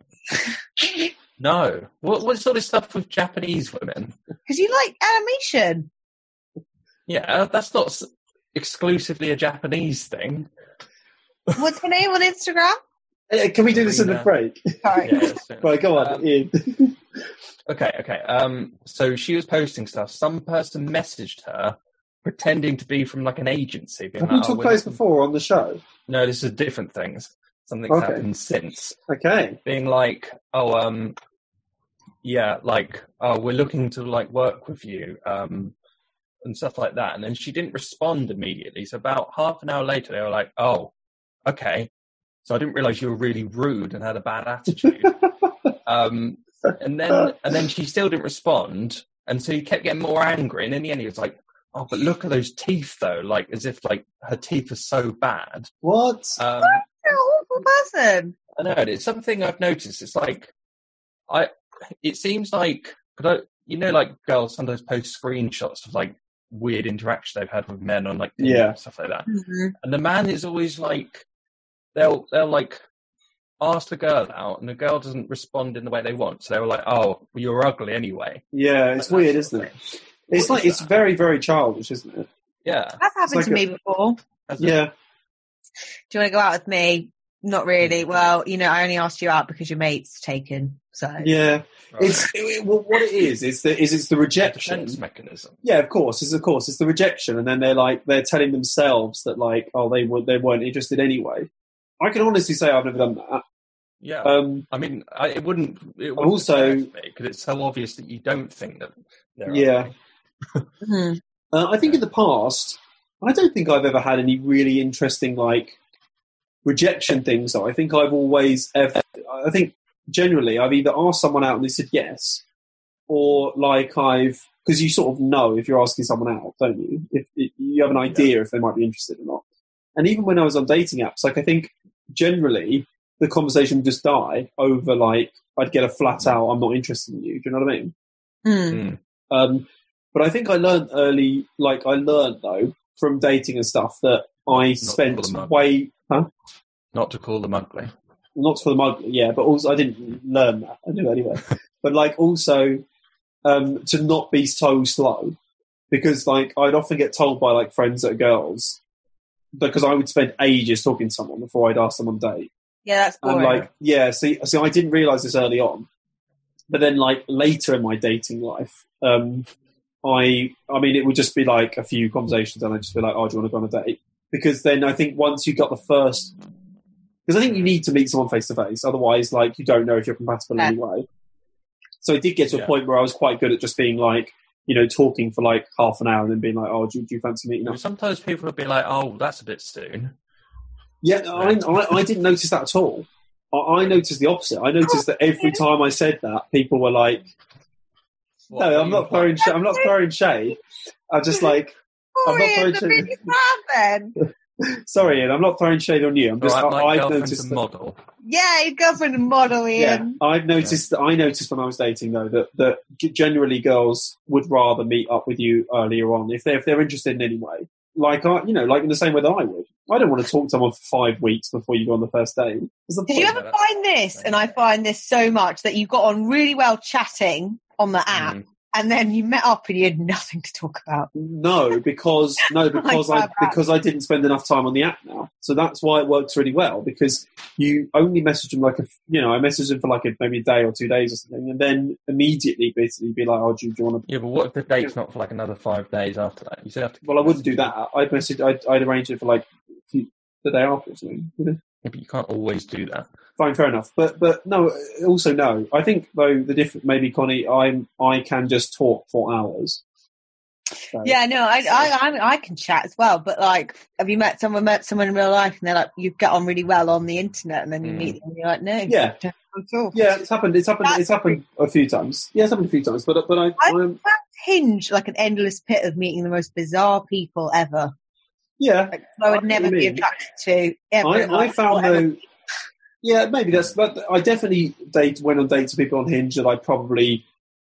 B: anyway. No. What what sort of stuff with Japanese women?
C: Because you like animation.
B: Yeah, uh, that's not s- exclusively a Japanese thing.
C: What's her name on Instagram?
A: Eh, can we do this in the
B: Karina.
A: break?
C: Sorry.
B: Yeah, it's-
A: right, go on,
B: Um, [laughs]
A: Ian.
B: okay, okay. Um, so she was posting stuff. Some person messaged her pretending to be from like an agency. being
A: Have
B: like,
A: we
B: "Oh,
A: talked
B: we're
A: about this
B: not-
A: before on the show?
B: No, this is different things. Something's
A: Okay.
B: happened since.
A: Okay.
B: Being like, oh, um, yeah, like, oh, we're looking to like work with you, um, and stuff like that. And then she didn't respond immediately. So about half an hour later, they were like, oh, okay. So I didn't realize you were really rude and had a bad attitude. um, and then, and then she still didn't respond. And so he kept getting more angry. And in the end, he was like, oh, but look at those teeth though. Like as if like her teeth are so bad.
A: What?
B: Um,
C: You're an awful person.
B: I know, and it's something I've noticed. It's like, I, it seems like, cause I, you know, like girls sometimes post screenshots of like weird interaction they've had with men on like Tinder
A: Yeah.
B: and stuff like that.
A: Mm-hmm.
B: And the man is always like, they'll they'll like ask the girl out, and the girl doesn't respond in the way they want. So they were like, "Oh, well, you're ugly anyway."
A: yeah, it's
B: Like that
A: weird, isn't
B: sort of
A: it?
B: thing.
A: It's
B: What
A: like
B: is
A: it's
B: that?
A: very, very childish, isn't it?
B: yeah,
C: That's happened
A: like
C: to
A: a-
C: me before.
B: That's it.
A: Yeah.
C: Do you want to go out with me? Not
A: Mm.
C: really. Well, you know, I only asked you out because your mate's taken. So
A: Yeah.
B: Right.
A: It's it, well, what it is. It's the is it's the rejection.
B: defense mechanism.
A: Yeah, of course, it's of course, it's the rejection, and then they're like they're telling themselves that like, oh, they were they weren't interested anyway. I can honestly say I've never done that.
B: Yeah,
A: Um,
B: I mean, I, it wouldn't. It would
A: also-
B: because it's so obvious that you don't think that. they're
A: Yeah.
B: ugly.
C: Mhm.
A: uh, I think in the past, I don't think I've ever had any really interesting like rejection things. Though I think I've always, ev- I think generally, I've either asked someone out and they said yes, or like I've because you sort of know if you're asking someone out, don't you? If, if you have an idea if they might be interested or not. And even when I was on dating apps, like I think generally the conversation would just die over like I'd get a flat out "I'm not interested in you." Do you know what I mean?
C: Mm.
A: Um, but I think I learned early, like I learned though from dating and stuff that I spent
B: them up.
A: way huh?
B: Not to call them ugly.
A: not for the mug, yeah, but also I didn't learn that. I knew anyway. but like also um, to not be so slow because like I'd often get told by like friends that are girls because I would spend ages talking to someone before I'd ask them on a date.
C: Yeah, that's
A: And
C: boring.
A: like, yeah, see, see, I didn't realize this early on, but then like later in my dating life, um, I, I mean, it would just be like a few conversations, and I'd just be like, "Oh, do you want to go on a date?" Because then I think once you got the first, because I think you need to meet someone face to face, otherwise, like, you don't know if you're compatible in any way. So I did get to a
B: Yeah.
A: point where I was quite good at just being like, you know, talking for like half an hour and then being like, "Oh, do, you- do you fancy meeting up?"
B: Sometimes people would be like, "Oh, that's a bit soon."
A: Yeah, I, I, I didn't notice that at all. I, I noticed the opposite. I noticed that
C: [laughs]
A: every time I said that, people were like,
B: What-
A: "No,
B: what
A: I'm
B: you
A: not
B: implying?
A: throwing. Sh- I'm not throwing shade. I'm just like, I'm not
C: Corey
A: very
C: is the
A: sure.
C: biggest fan
A: [laughs]
C: then.
A: sorry, Ian. I'm not throwing shade on you. I'm
B: All
A: just.
B: right, my
A: I, I've
B: girlfriend's
A: noticed.
B: a
A: that-
B: model.
C: Yeah, your girlfriend and model,
A: yeah,
C: Ian.
A: I've noticed that. I noticed when I was dating though that that g- generally girls would rather meet up with you earlier on if they if they're interested in any way. Like I, you know, like in the same way that I would. I don't want to talk to someone for five weeks before you go on the first date. What's the
C: Did you
A: point?
C: ever find this? And I find this so much that you got on really well chatting on the app,
B: Mm.
C: and then you met up and you had nothing to talk about.
A: No, because no, because I
C: God, that-
A: because I didn't spend enough time on the app now. So that's why it works really well because you only message them like a you know I messaged them for like a, maybe a day or two days or something, and then immediately basically be like, oh, do you, do you want to?
B: Yeah, but what if the date's not for like another five days after that? You still have to.
A: Well, I wouldn't do that. I'd message. I'd, I'd arrange it for like the day after or something. You know?
B: Yeah, but you can't always do that.
A: Fine, fair enough. But but no, also no. I think though the different maybe Connie, I'm I can just talk for hours. So-
C: Yeah, no, I, I, I, I can chat as well, but like, have you met someone, met someone in real life, and they're like, you get on really well on the internet, and then you
B: Mm.
C: meet them, and you're like, no,
A: Yeah.
C: don't at all.
A: Yeah, it's happened. It's happened.
C: That's
A: it's happened a few times. Yeah, it's happened a few times. But but I,
C: I-
A: I'm,
C: Hinge like an endless pit of meeting the most bizarre people ever.
A: yeah,
C: Like, I
A: I
C: would
A: know
C: never
A: what you
C: be
A: mean.
C: attracted to. Ever
A: I,
C: in life,
A: I found
C: whatever.
A: though, yeah, maybe that's. But I definitely date went on dates with people on Hinge that I probably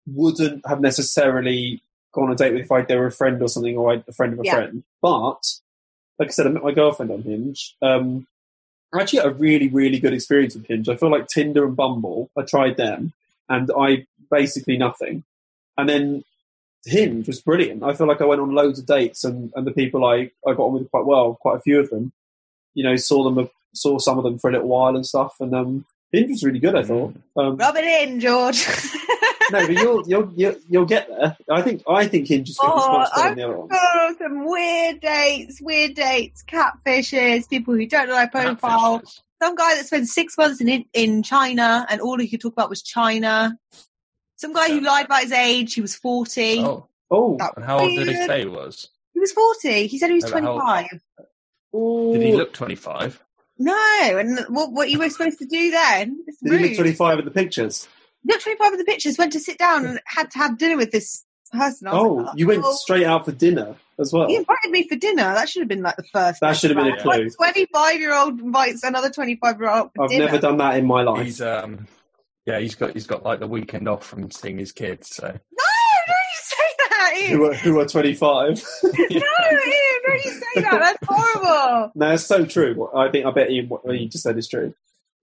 A: wouldn't have necessarily gone on a date with if I, they were a friend or something, or I'd, a friend of a
C: Yeah.
A: friend. But like I said, I met my girlfriend on Hinge. Um, I actually had a really, really good experience with Hinge. I feel like Tinder and Bumble. I tried them, and I basically nothing. And then Hinge was brilliant. I feel like I went on loads of dates, and, and the people I, I got on with quite well, quite a few of them. You know, saw them, saw some of them for a little while and stuff. And um, Hinge was really good. I
B: Hmm.
A: thought.
C: [laughs]
A: Um,
C: Rub it in, George. [laughs]
A: no, but you'll, you'll you'll you'll get there. I think I think Hinge is good. It's
C: Oh,
A: much better
C: I'm
A: than the other one.
C: oh, some weird dates, weird dates, catfishes, people who don't know their profile.
B: Catfishes.
C: Some guy that spent six months in in China and all he could talk about was China. Some guy who
B: Yeah.
C: lied about his age. He was forty.
B: Oh,
A: Oh,
C: That
B: and how old did he
C: weird.
B: say he was?
C: He was forty. He said he was
B: Yeah, but how-
C: twenty five.
B: Did he
A: ooh.
B: look 25?
C: No, and what what you were supposed to do then? It's
A: Did he look
C: rude.
A: twenty five in the pictures?
C: Look, twenty five of the pictures went to sit down and had to have dinner with this person. I was
A: Oh,
C: like,
A: you went
C: well,
A: straight out for dinner as well.
C: He invited me for dinner. That should have been like the first.
A: That should have been a clue.
C: Twenty-five year old invites another twenty-five year old for
A: I've
C: dinner.
A: never done that in my life.
B: He's um, yeah, he's got he's got like the weekend off from seeing his kids. So
C: No, don't you say that. Ian.
A: who are who are twenty five?
C: No, Ian, don't you say that. That's horrible.
A: No, it's so true. What- I think I bet Ian, what you just said is true.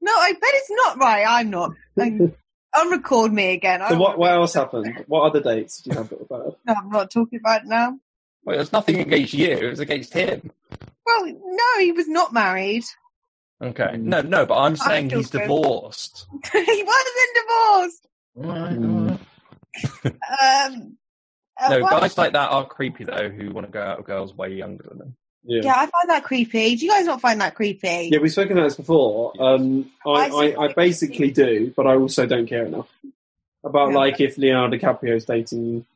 C: No, I bet it's not right. I'm not.
A: [laughs]
C: I'm, unrecord me again.
A: So
C: I'm,
A: what what else happened? What other dates did you have that were better?
C: no, I'm not talking about it now.
B: well, it's nothing against you; it was against him.
C: Well, no, he was not married. [laughs]
B: Okay, no, no, but I'm saying
C: feel
B: he's
C: so-
B: divorced.
C: he wasn't divorced.
A: Mm.
C: Um, uh,
B: No,
C: what-
B: guys like that are creepy though, who want to go out with girls way younger than them.
A: Yeah.
C: Yeah, I find that creepy. Do you guys not find that creepy?
A: Yeah, we've spoken about this before. Um, I, I, I basically do, but I also don't care enough about
C: Yeah.
A: like if Leonardo DiCaprio's dating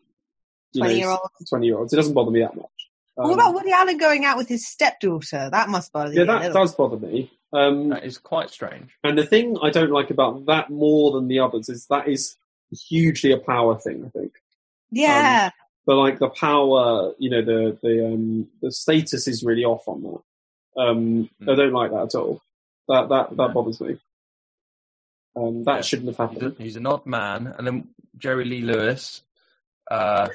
A: you know,
C: 20 year old.
A: twenty year olds. It doesn't bother me that much. Um,
C: what about Woody Allen going out with his stepdaughter? That must bother
A: yeah,
C: you. a
A: that
C: little.
A: does bother me. Um,
B: That is quite strange.
A: And the thing I don't like about that more than the others is that is hugely a power thing. I think,
C: yeah.
A: but like the power, you know, the the um, the status is really off on that. Um,
B: Hmm.
A: I don't like that at all. That that that
B: No.
A: bothers me. Um, that
B: Hmm. Yeah.
A: shouldn't have
B: He's, a,
A: happened.
B: he's an odd man. And then Jerry Lee Lewis, uh,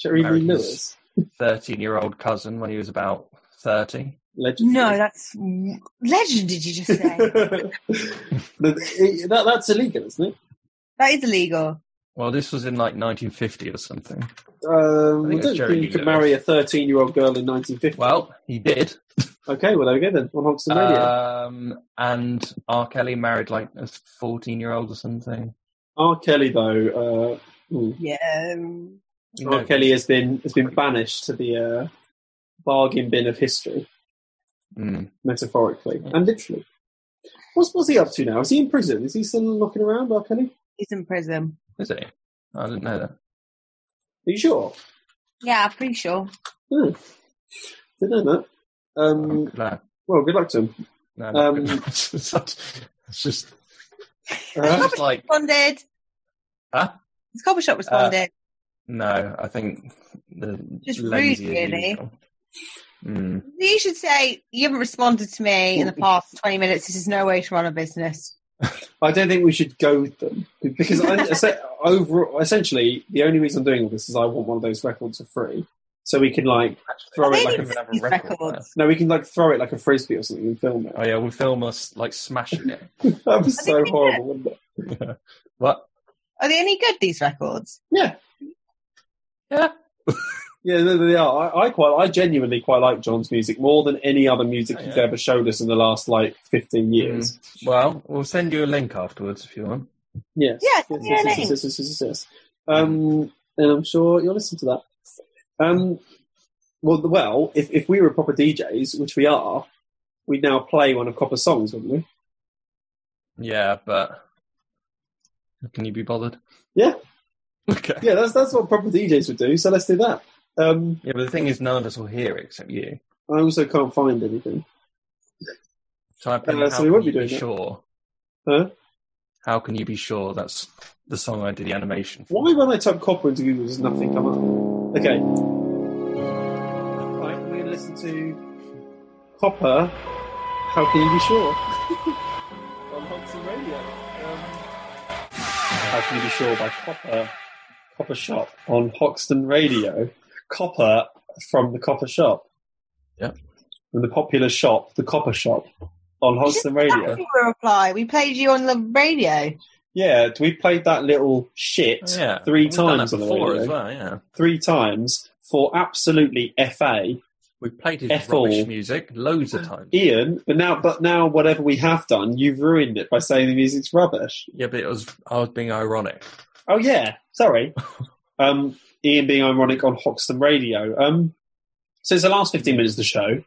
A: Jerry Lee
B: Americans.
A: Lewis.
B: 13 year old cousin when he was about 30.
A: Legend. [laughs]
C: no, that's legend. Did you just say
A: that, that's illegal, isn't it?
C: that is illegal?
B: Well, this was in like 1950 or something.
A: Um, I,
B: think it's
A: don't
B: Jerry
A: think
B: Lee
A: you could
B: Lewis.
A: marry a 13 year old girl in 1950.
B: Well, he did.
A: okay, well, there we go then. On Hoxton Radio.
B: Um, and R. Kelly married like a 14 year old or something.
A: R. Kelly, though, uh, hmm.
C: Yeah. um,
B: You
A: R.
B: know,
A: Kelly has been has been banished to the uh, bargain bin of history,
B: mm.
A: metaphorically and literally. What's, what's he up to now? Is he in prison? Is he still knocking around, R. Kelly?
C: He's in prison.
B: Is he? I didn't know that.
A: Are you sure?
C: Yeah, I'm pretty sure.
A: Hmm. Didn't know that. Um,
B: Good lad.
A: well, good luck to him.
B: No, not
A: Um,
B: good enough. [laughs] it's just, it's
A: Uh,
B: just like
C: Responded.
B: Huh?
C: This cobble shop responded.
B: no. I think the
C: Just
B: lazy
C: rude,
B: as
C: really.
B: usual. Mm.
C: you should say you haven't responded to me in the past twenty minutes. This is no way to run a business.
A: I don't think we should go with them because I, es- overall, essentially, the only reason I'm doing all this is I want one of those records for free, so we can like throw
C: They
A: it
B: Probably
A: like
B: need
A: a,
C: didn't
B: another
C: these
B: record
C: records.
A: no, we can like throw it like a frisbee or something and film
B: Oh
A: it.
B: yeah, we film us like smashing it.
A: That was
C: I
A: so
C: think we
A: horrible, wouldn't it?
B: What?
C: Are they any good? These records?
A: Yeah,
B: Yeah.
A: yeah, they, they are. I, I quite, I genuinely quite like John's music more than any other music
B: Oh,
A: he's
B: yeah. Hmm.
A: ever showed us in the last like 15 years.
B: Well, we'll send you a link afterwards if you want.
A: Yes.
C: Yeah,
A: Yes,
C: yeah,
A: yes, yes,
C: thanks.
A: yes, yes, yes, yes, yes. Um, and I'm sure you'll listen to that. Um, well, the- well, if, if we were proper DJs, which we are, we'd now play one of Copper's songs, wouldn't we?
B: Yeah, but can you be bothered?
A: Yeah.
B: [laughs] Okay. Yeah.
A: Yeah, that's that's what proper DJs would do. So let's do that. Um,
B: but the thing is, none of us will hear it except you.
A: I also can't find anything.
B: Type in
A: Uh,
B: how
A: so we
B: can
A: won't be
B: you be
A: doing that.
B: sure?
A: Huh?
B: How can you be sure that's the song I did the animation for?
A: Why when I type Copper into Google does nothing come up? Okay. Right, we're gonna listen to Copper. How can you be sure? [laughs] On Hudson Radio. Um, How can you be sure by Copper? Copper Shop on Hoxton Radio. Copper from the Copper Shop.
B: Yep.
A: From the popular shop, the Copper Shop on Hoxton
C: That was
A: Radio.
C: your reply. We played you on the radio.
A: Yeah, we played that little shit
B: Oh, yeah.
A: three
B: We've done
A: times
B: that
A: on the
B: before
A: radio.
B: as well. Yeah,
A: three times for absolutely fa
B: we played his
A: Ethel.
B: rubbish music loads of times.
A: Ian. But now, but now, whatever we have done, you've ruined it by saying the music's rubbish.
B: Yeah, but it was I was being ironic.
A: Oh yeah, sorry.
B: [laughs]
A: um, Ian being ironic on Hoxton Radio. Um, so it's the last fifteen minutes of the show.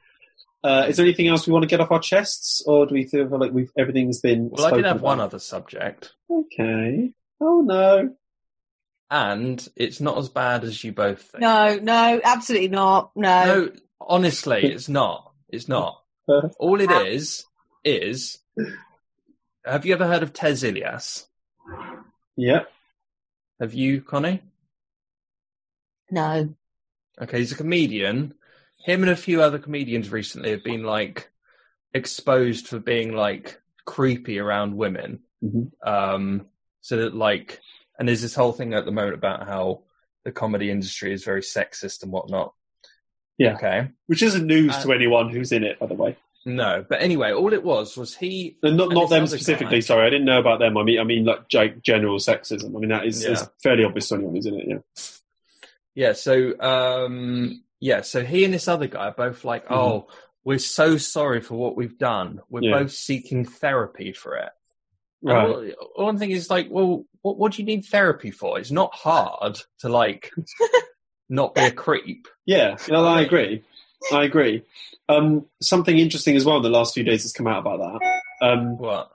A: Uh, is there anything else we want to get off our chests, or do we feel like we've everything's been?
B: Well, I did
A: spoken
B: have one
A: about?
B: other subject,
A: Okay. Oh no.
B: and it's not as bad as you both think.
C: No, no, absolutely not. No.
B: No, honestly, it's not. It's not. All it is is. Have you ever heard of Tez Ilias?
A: Yeah.
B: Have you, Connie?
C: No.
B: Okay, he's a comedian. Him and a few other comedians recently have been like exposed for being like creepy around women.
A: Mhm.
B: Um, so that like, and there's this whole thing at the moment about how the comedy industry is very sexist and whatnot.
A: Yeah.
B: Okay.
A: Which isn't news
B: Uh,
A: to anyone who's in it, by the way.
B: No, but anyway, all it was was he
A: And not
B: And
A: not
B: this
A: them
B: other
A: specifically.
B: guy-
A: Sorry, I didn't know about them. I mean, I mean like ge- general sexism. I mean that is, is
B: Yeah.
A: fairly obvious to anyone, isn't it? Yeah.
B: Yeah, so um yeah, so he and this other guy are both like,
A: Mhm.
B: Oh, we're so sorry for what we've done. We're
A: Yeah.
B: both seeking therapy for it. And
A: Right.
B: all- One thing is like, well, what what do you need therapy for? It's not hard
A: [laughs]
B: to like not be a creep.
A: Yeah. No, I agree. I agree. Um, something interesting as well in the last few days has come out about that. Um,
B: What?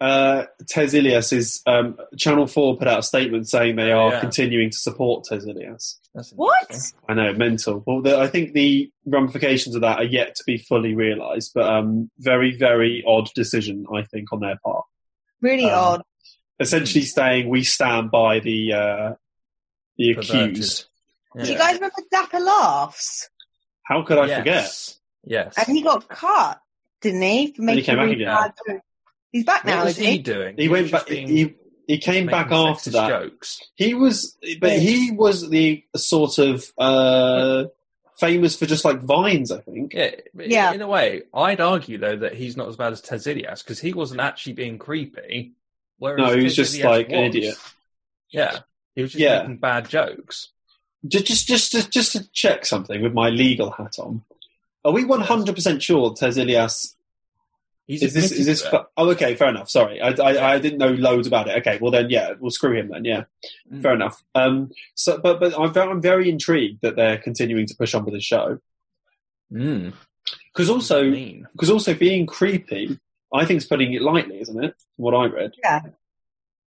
A: uh, Tez Ilias is um, Channel Four put out a statement saying they are
B: Oh, Yeah.
A: continuing to support Tez Ilias.
B: That's
C: What?
B: interesting.
A: I know, mental. Well, the, I think the ramifications of that are yet to be fully realised, but um, very, very odd decision, I think, on their part.
C: Really
A: Um,
C: odd.
B: Hmm.
A: essentially saying we stand by the uh, the accused.
B: Perverted.
C: Do you
B: Yeah.
C: guys remember Dapper Laughs?
A: How could I forget?
B: Yes. Yes.
C: And he got cut, didn't he? For
A: he came back
C: really
A: again.
C: bad- He's back now,
B: what was
C: is
B: he
C: he?
B: doing?
A: He
B: was
A: went
B: just
A: back.
B: being-
A: He he came
B: making
A: back after
B: sexist
A: that.
B: Jokes.
A: He was, but he was the sort of uh, famous for just like vines. I think.
B: Yeah, but
C: Yeah.
B: In a way, I'd argue though that he's not as bad as Ted because he wasn't actually being creepy. Whereas
A: No, he was
B: Ted
A: just,
B: Zilias
A: like, an
B: was.
A: idiot.
B: Yeah, he was just
A: Yeah.
B: making bad jokes.
A: Just just just to, just to check something with my legal hat on. Are we one hundred percent sure Tez Ilias
B: He's
A: is this?
B: admitted
A: Is this?
B: to it.
A: fa- oh, okay, fair enough. Sorry, I, I I didn't know loads about it. Okay, well then, yeah, we'll screw him then. Yeah.
B: Mm.
A: Fair enough. Um, so, but but I'm very, I'm very intrigued that they're continuing to push on with the show
B: Mm.
A: because also
B: Mean.
A: because also being creepy, I think is putting it lightly, isn't it? From what I read.
C: Yeah.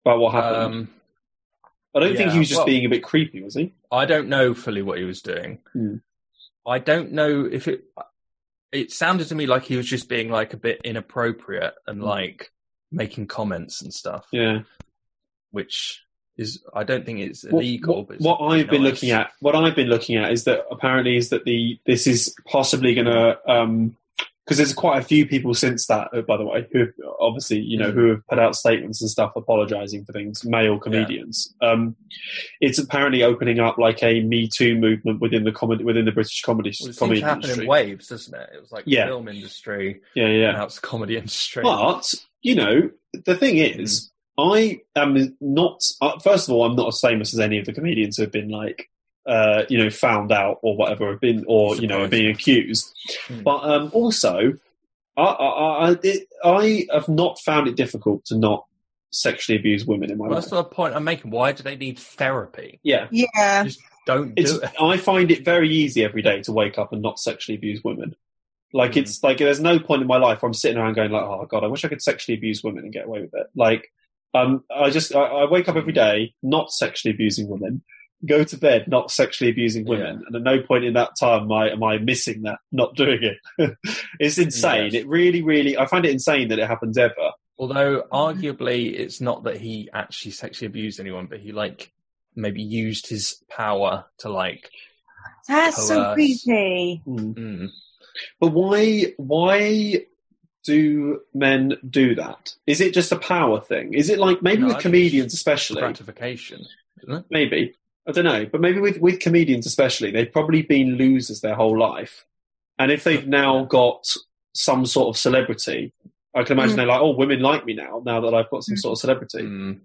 A: About what happened.
B: Um,
A: I don't think
B: yeah,
A: he was just
B: well-
A: being a bit creepy, was he?
B: I don't know fully what he was doing.
A: Hmm.
B: I don't know if it it sounded to me like he was just being like a bit inappropriate and like making comments and stuff,
A: Hmm. Yeah.
B: which is I don't think it's
A: What-
B: illegal.
A: What,
B: but it's
A: what
B: pretty
A: I've been
B: nice.
A: looking at, what I've been looking at, is that apparently is that the this is possibly going to um because there's quite a few people since that, uh, by the way, who have- obviously you know
B: Mm.
A: who have put out statements and stuff apologising for things, male comedians. Um, it's apparently opening up like a Me Too movement within the comedy within the British comedy
B: Well, it seems
A: comedy
B: to happen
A: industry.
B: in waves, doesn't it? It was like
A: Yeah.
B: the film industry,
A: Yeah, yeah.
B: now it's the comedy industry.
A: But you know, the thing
B: Hmm.
A: is, I am not. Uh, first of all, I'm not as famous as any of the comedians who have been like, uh, you know, found out or whatever, have been or you know,
B: Surprising.
A: being accused.
B: Hmm.
A: But um, also, I, I, I, it, I have not found it difficult to not sexually abuse women in my
B: Well, that's
A: life.
B: the point I'm making. Why do they need therapy?
A: Yeah,
C: Yeah.
B: Don't
A: it's.
B: do it.
A: I find it very easy every day to wake up and not sexually abuse women. Like
B: Hmm.
A: it's like there's no point in my life where I'm sitting around going like, oh god, I wish I could sexually abuse women and get away with it. Like, um, I just I, I wake up every day not sexually abusing women, go to bed not sexually abusing women, and at no point in that time am I am I missing that not doing it. [laughs] it's insane.
B: Yes.
A: It really, really, I find it insane that it happens ever.
B: Although
A: Mm-hmm.
B: arguably it's not that he actually sexually abused anyone, but he like maybe used his power to like
C: That's so
B: Coerce.
C: creepy.
B: mm,
A: But why why do men do that? Is it just a power thing? Is it like maybe
B: No, I
A: with
B: think
A: comedians
B: it's
A: especially?
B: gratification. isn't it?
A: Maybe. I don't know. But maybe with, with comedians especially, they've probably been losers their whole life. And if they've now got some sort of celebrity, I can imagine
C: Mm.
A: they're like, oh, women like me now, now that I've got some sort of celebrity.
B: Mm.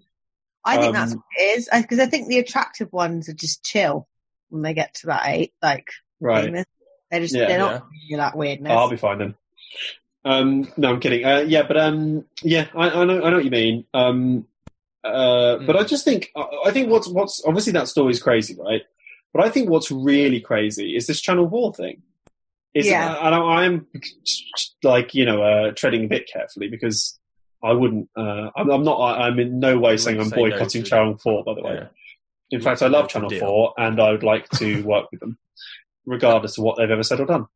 C: I think
A: Um,
C: that's what it is. Because I, think the attractive ones are just chill when they get to that eight, like
A: Right.
C: famous. They're just
A: Yeah.
C: they're
B: Yeah.
C: not really that weirdness.
A: I'll be fine then. Um, no, I'm kidding. Uh, yeah, but um, yeah, I, I know, I know what you mean. Um, uh, But
B: Hmm.
A: I just think, I, I think what's what's obviously that story's crazy, right? But I think what's really crazy is this Channel Four thing. Is
C: Yeah.
A: and I, I'm like you know uh, treading a bit carefully because I wouldn't. Uh, I'm, I'm not. I, I'm in no way
B: You
A: saying I'm
B: wouldn't say no
A: boycotting
B: to-
A: Channel Four. By the way,
B: Yeah.
A: in
B: You
A: fact, I
B: wouldn't
A: love
B: say
A: Channel
B: no to deal.
A: 4 and I would like
B: [laughs]
A: to work with them, regardless of what they've ever said or done.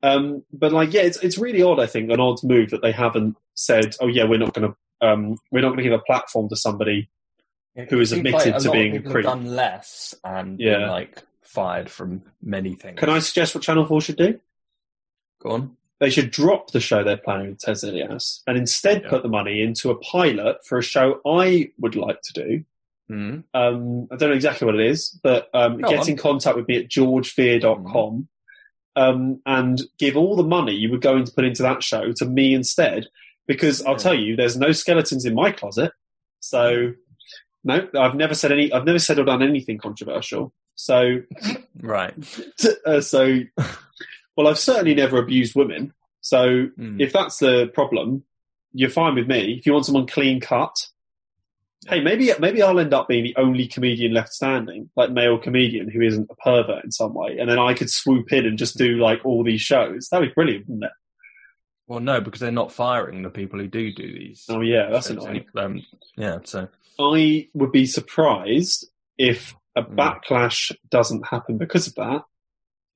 A: Um, but like, yeah, it's, it's really odd, I think, an odd move that they haven't said, oh yeah, we're not going to, um, we're not going to give a platform to somebody. Who is
B: Seems
A: admitted
B: a
A: to
B: lot of
A: being a
B: people have
A: creep.
B: done less and
A: Yeah.
B: been, like fired from many things.
A: Can I suggest what Channel 4 should do?
B: go on?
A: They should drop the show they're planning with Ted Zelias and instead
B: Yeah.
A: put the money into a pilot for a show I would like to do.
B: Mm.
A: um, I don't know exactly what it is, but um,
B: Go
A: get
B: on.
A: in contact with me at georgefear.com um, and give all the money you were going to put into that show to me instead, because I'll
B: Yeah.
A: tell you, there's no skeletons in my closet. So, no, I've never said any, I've never said or done anything controversial. So, [laughs]
B: Right.
A: uh, so, well, I've certainly never abused women. So,
B: Mm.
A: if that's the problem, you're fine with me. If you want someone clean cut, hey, maybe maybe I'll end up being the only comedian left standing, like male comedian who isn't a pervert in some way, and then I could swoop in and just do like all these shows. That'd be brilliant, wouldn't it?
B: Well, no, because they're not firing the people who do do these.
A: Oh yeah, that's
B: shows.
A: annoying.
B: Um, yeah, so
A: I would be surprised if a
B: Mm.
A: backlash doesn't happen because of that,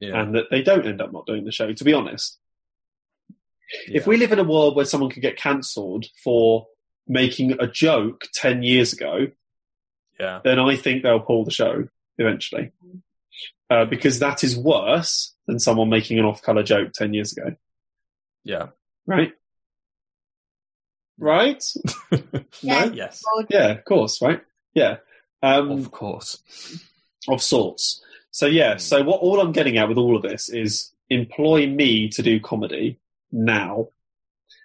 B: yeah.
A: and that they don't end up not doing the show. To be honest, if
B: yeah.
A: we live in a world where someone could get cancelled for making a joke ten years ago,
B: yeah,
A: then I think they'll pull the show eventually. Uh, because that is worse than someone making an off color joke 10 years ago.
B: yeah,
A: Right? Right?
C: Yeah.
A: No?
B: yes,
A: Yeah, of course, right? Yeah. Um,
B: of course.
A: of sorts. So, yeah, so what all I'm getting at with all of this is employ me to do comedy now.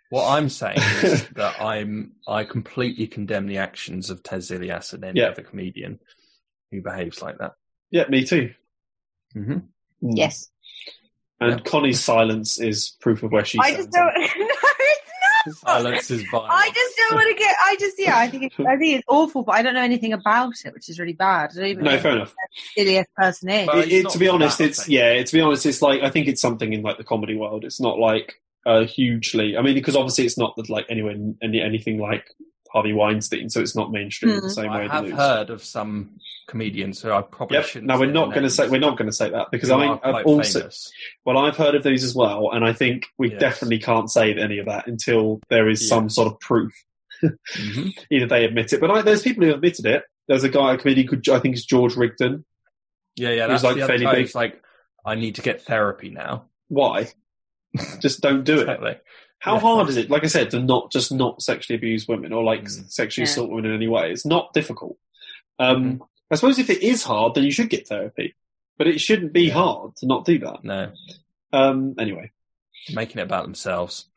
B: What I'm saying
A: [laughs]
B: is that I'm I completely condemn the actions of Ted Zilias and any
A: Yeah.
B: other comedian who behaves like that.
A: Yeah, me too.
B: Mm-hmm.
A: Mm.
C: yes.
A: And
B: Yeah.
A: Connie's silence is proof of where she
C: I
A: stands
C: just don't. [laughs]
A: on
C: no, it's not.
B: Silence is violence.
C: I just don't want to get. I just yeah. I think it's, I think it's awful, but I don't know anything about it, which is really bad. I don't
A: it.
C: even
A: No,
C: know
A: fair enough.
C: who the person is.
B: Well,
A: It-
B: it's
A: it-
B: not
A: to be honest,
B: that
A: it's
B: thing.
A: yeah. It, to be honest, it's like I think it's something in like the comedy world. It's not like uh, hugely. I mean, because obviously it's not that like anywhere any, anything like Harvey Weinstein, so it's not mainstream in
C: Hmm.
A: the same way.
B: I
A: the
B: have
A: news.
B: heard of some comedians who I probably
A: Yep.
B: shouldn't.
A: No, we're
B: say
A: not
B: their
A: going to
B: names,
A: say we're not going to say that because
B: who
A: I
B: are
A: mean, I've
B: quite
A: also
B: famous.
A: well, I've heard of these as well, and I think we
B: Yes.
A: definitely can't say any of that until there is some
B: Yes.
A: sort of proof. [laughs]
B: Mhm.
A: Either they admit it, but I, there's people who admitted it. There's a guy, a comedian, called, I think it's George Rigdon.
B: Yeah, yeah.
A: He was,
B: That's
A: like,
B: the other
A: fairly
B: guy
A: big.
B: who's like, I need to get therapy now.
A: Why? just don't do it.
B: Exactly.
A: How
B: Yeah.
A: hard is it, like I said, to not just not sexually abuse women or like
B: Mm.
A: sexually
C: Yeah.
A: assault women in any way? It's not difficult.
B: Mm-hmm.
A: Um, I suppose if it is hard, then you should get therapy, but it shouldn't be
B: Yeah.
A: hard to not do that.
B: No,
A: Um, anyway,
B: making it about themselves.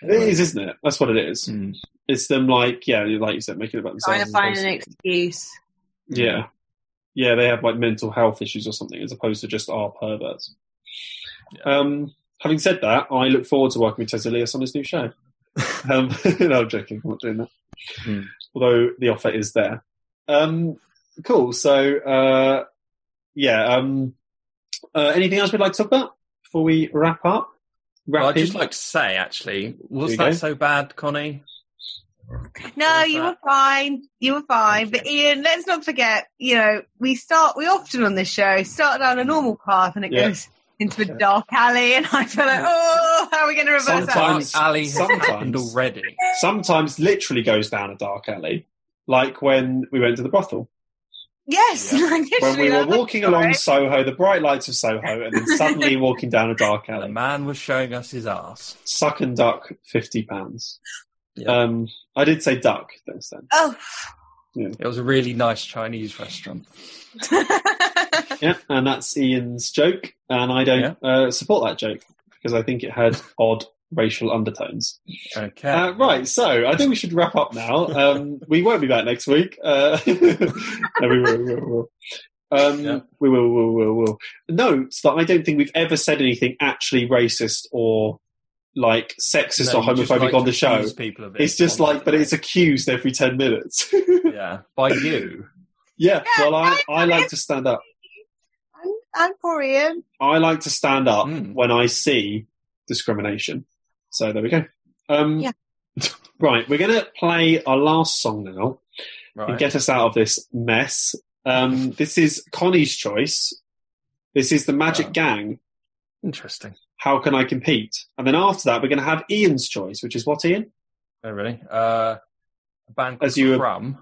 A: it is, isn't it? That's what it is.
B: Mm.
A: It's them like, yeah, like you said, making it about
C: Trying to
A: themselves.
C: find
A: as
C: an
A: opposed-
C: excuse.
A: yeah.
B: Mm-hmm.
A: Yeah, they have like mental health issues or something as opposed to just are perverts. Um, having said that, I look forward to working with Tessa Elias on his new
B: [laughs]
A: show. Um, [laughs] no, I'm joking. I'm not doing that.
B: Hmm.
A: Although the offer is there. Um, cool. So, uh, yeah. Um, uh, anything else we'd like to talk about before we wrap up? Wrap
B: Well, I'd just
A: in?
B: like to say, actually,
A: There
B: was
A: you
B: that
A: go.
B: so bad, Connie?
C: No,
B: was
C: you
B: that?
C: were fine. You were fine.
B: Thank
C: But Ian, let's not forget, you know, we start, we often on this show start down a normal path and it
A: Yeah.
C: goes into a dark alley. And I feel like, oh, how are we going to reverse that?
A: Sometimes-
B: Dark alley has
A: sometimes.
B: happened already.
A: sometimes literally goes down a dark alley, like when we went to the brothel.
C: Yes.
B: Yeah.
C: [laughs] like,
A: when we
C: literally,
A: were
C: like,
A: walking
C: sorry.
A: along Soho, the bright lights of Soho, and then suddenly walking down a dark
B: The
A: alley.
B: man was showing us his ass.
A: Suck and duck, fifty pounds.
B: Yeah.
A: Um, I did say duck. Thanks, then.
C: Oh. [laughs]
B: It was a really nice Chinese restaurant.
A: Yeah, and that's Ian's joke, and I don't uh, support that joke because I think it had odd racial undertones.
B: Okay.
A: Uh, right, so I think we should wrap up now.
B: [laughs]
A: Um, we won't be back next week. Uh, [laughs] no, we will. We will. We will. Um,
B: Yeah.
A: we will, will, will, will. Notes that I don't think we've ever said anything actually racist or like sexist
B: No,
A: or
B: you just
A: homophobic
B: like
A: on
B: to
A: the show.
B: accuse people of it
A: It's just like, but it's accused every 10 minutes. [laughs] yeah,
B: [laughs] yeah, by you.
A: well, I, I like to stand up.
C: I'm, I'm poor
A: [laughs]
C: Ian.
A: I like to stand up
B: Mm.
A: when I see discrimination. So there we go. Um,
C: Yeah.
A: [laughs] Right, we're going to play our last song now and
B: Right.
A: get us out of this mess. [laughs] Um, this is Connie's choice. This is The Magic
B: Oh.
A: Gang.
B: Interesting.
A: How can I compete? And then after that, we're going to have Ian's choice, which is what, Ian?
B: Oh, really? Uh, a band
A: As
B: As
A: you-
B: you Crumb.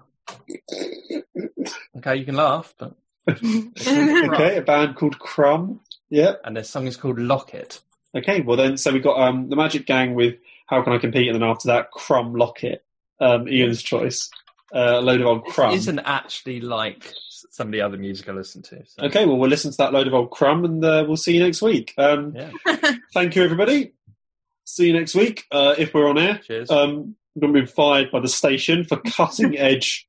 B: okay, you can laugh, but
C: That's
A: Okay, a band called Crumb. Yeah.
B: and their song is called Lock It.
A: Okay, well then, so we got um, the Magic Gang with "How Can I Compete," and then after that, Crumb Locket, um, Ian's choice, uh, a load of old Crumb.
B: Isn't actually like s- some of the other music I listen to. so-
A: Okay, well we'll listen to that load of old Crumb, and uh, we'll see you next week. Um,
B: Yeah.
A: Thank you, everybody. See you next week uh, if we're on air.
B: Cheers.
A: Um, I'm going to be fired by the station for cutting edge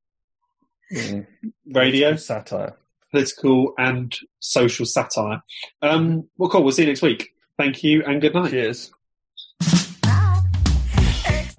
B: Mm.
A: radio,
B: satire.
A: political and social satire. Um, well, cool. We'll see you next week. Thank you and good night.
B: Cheers.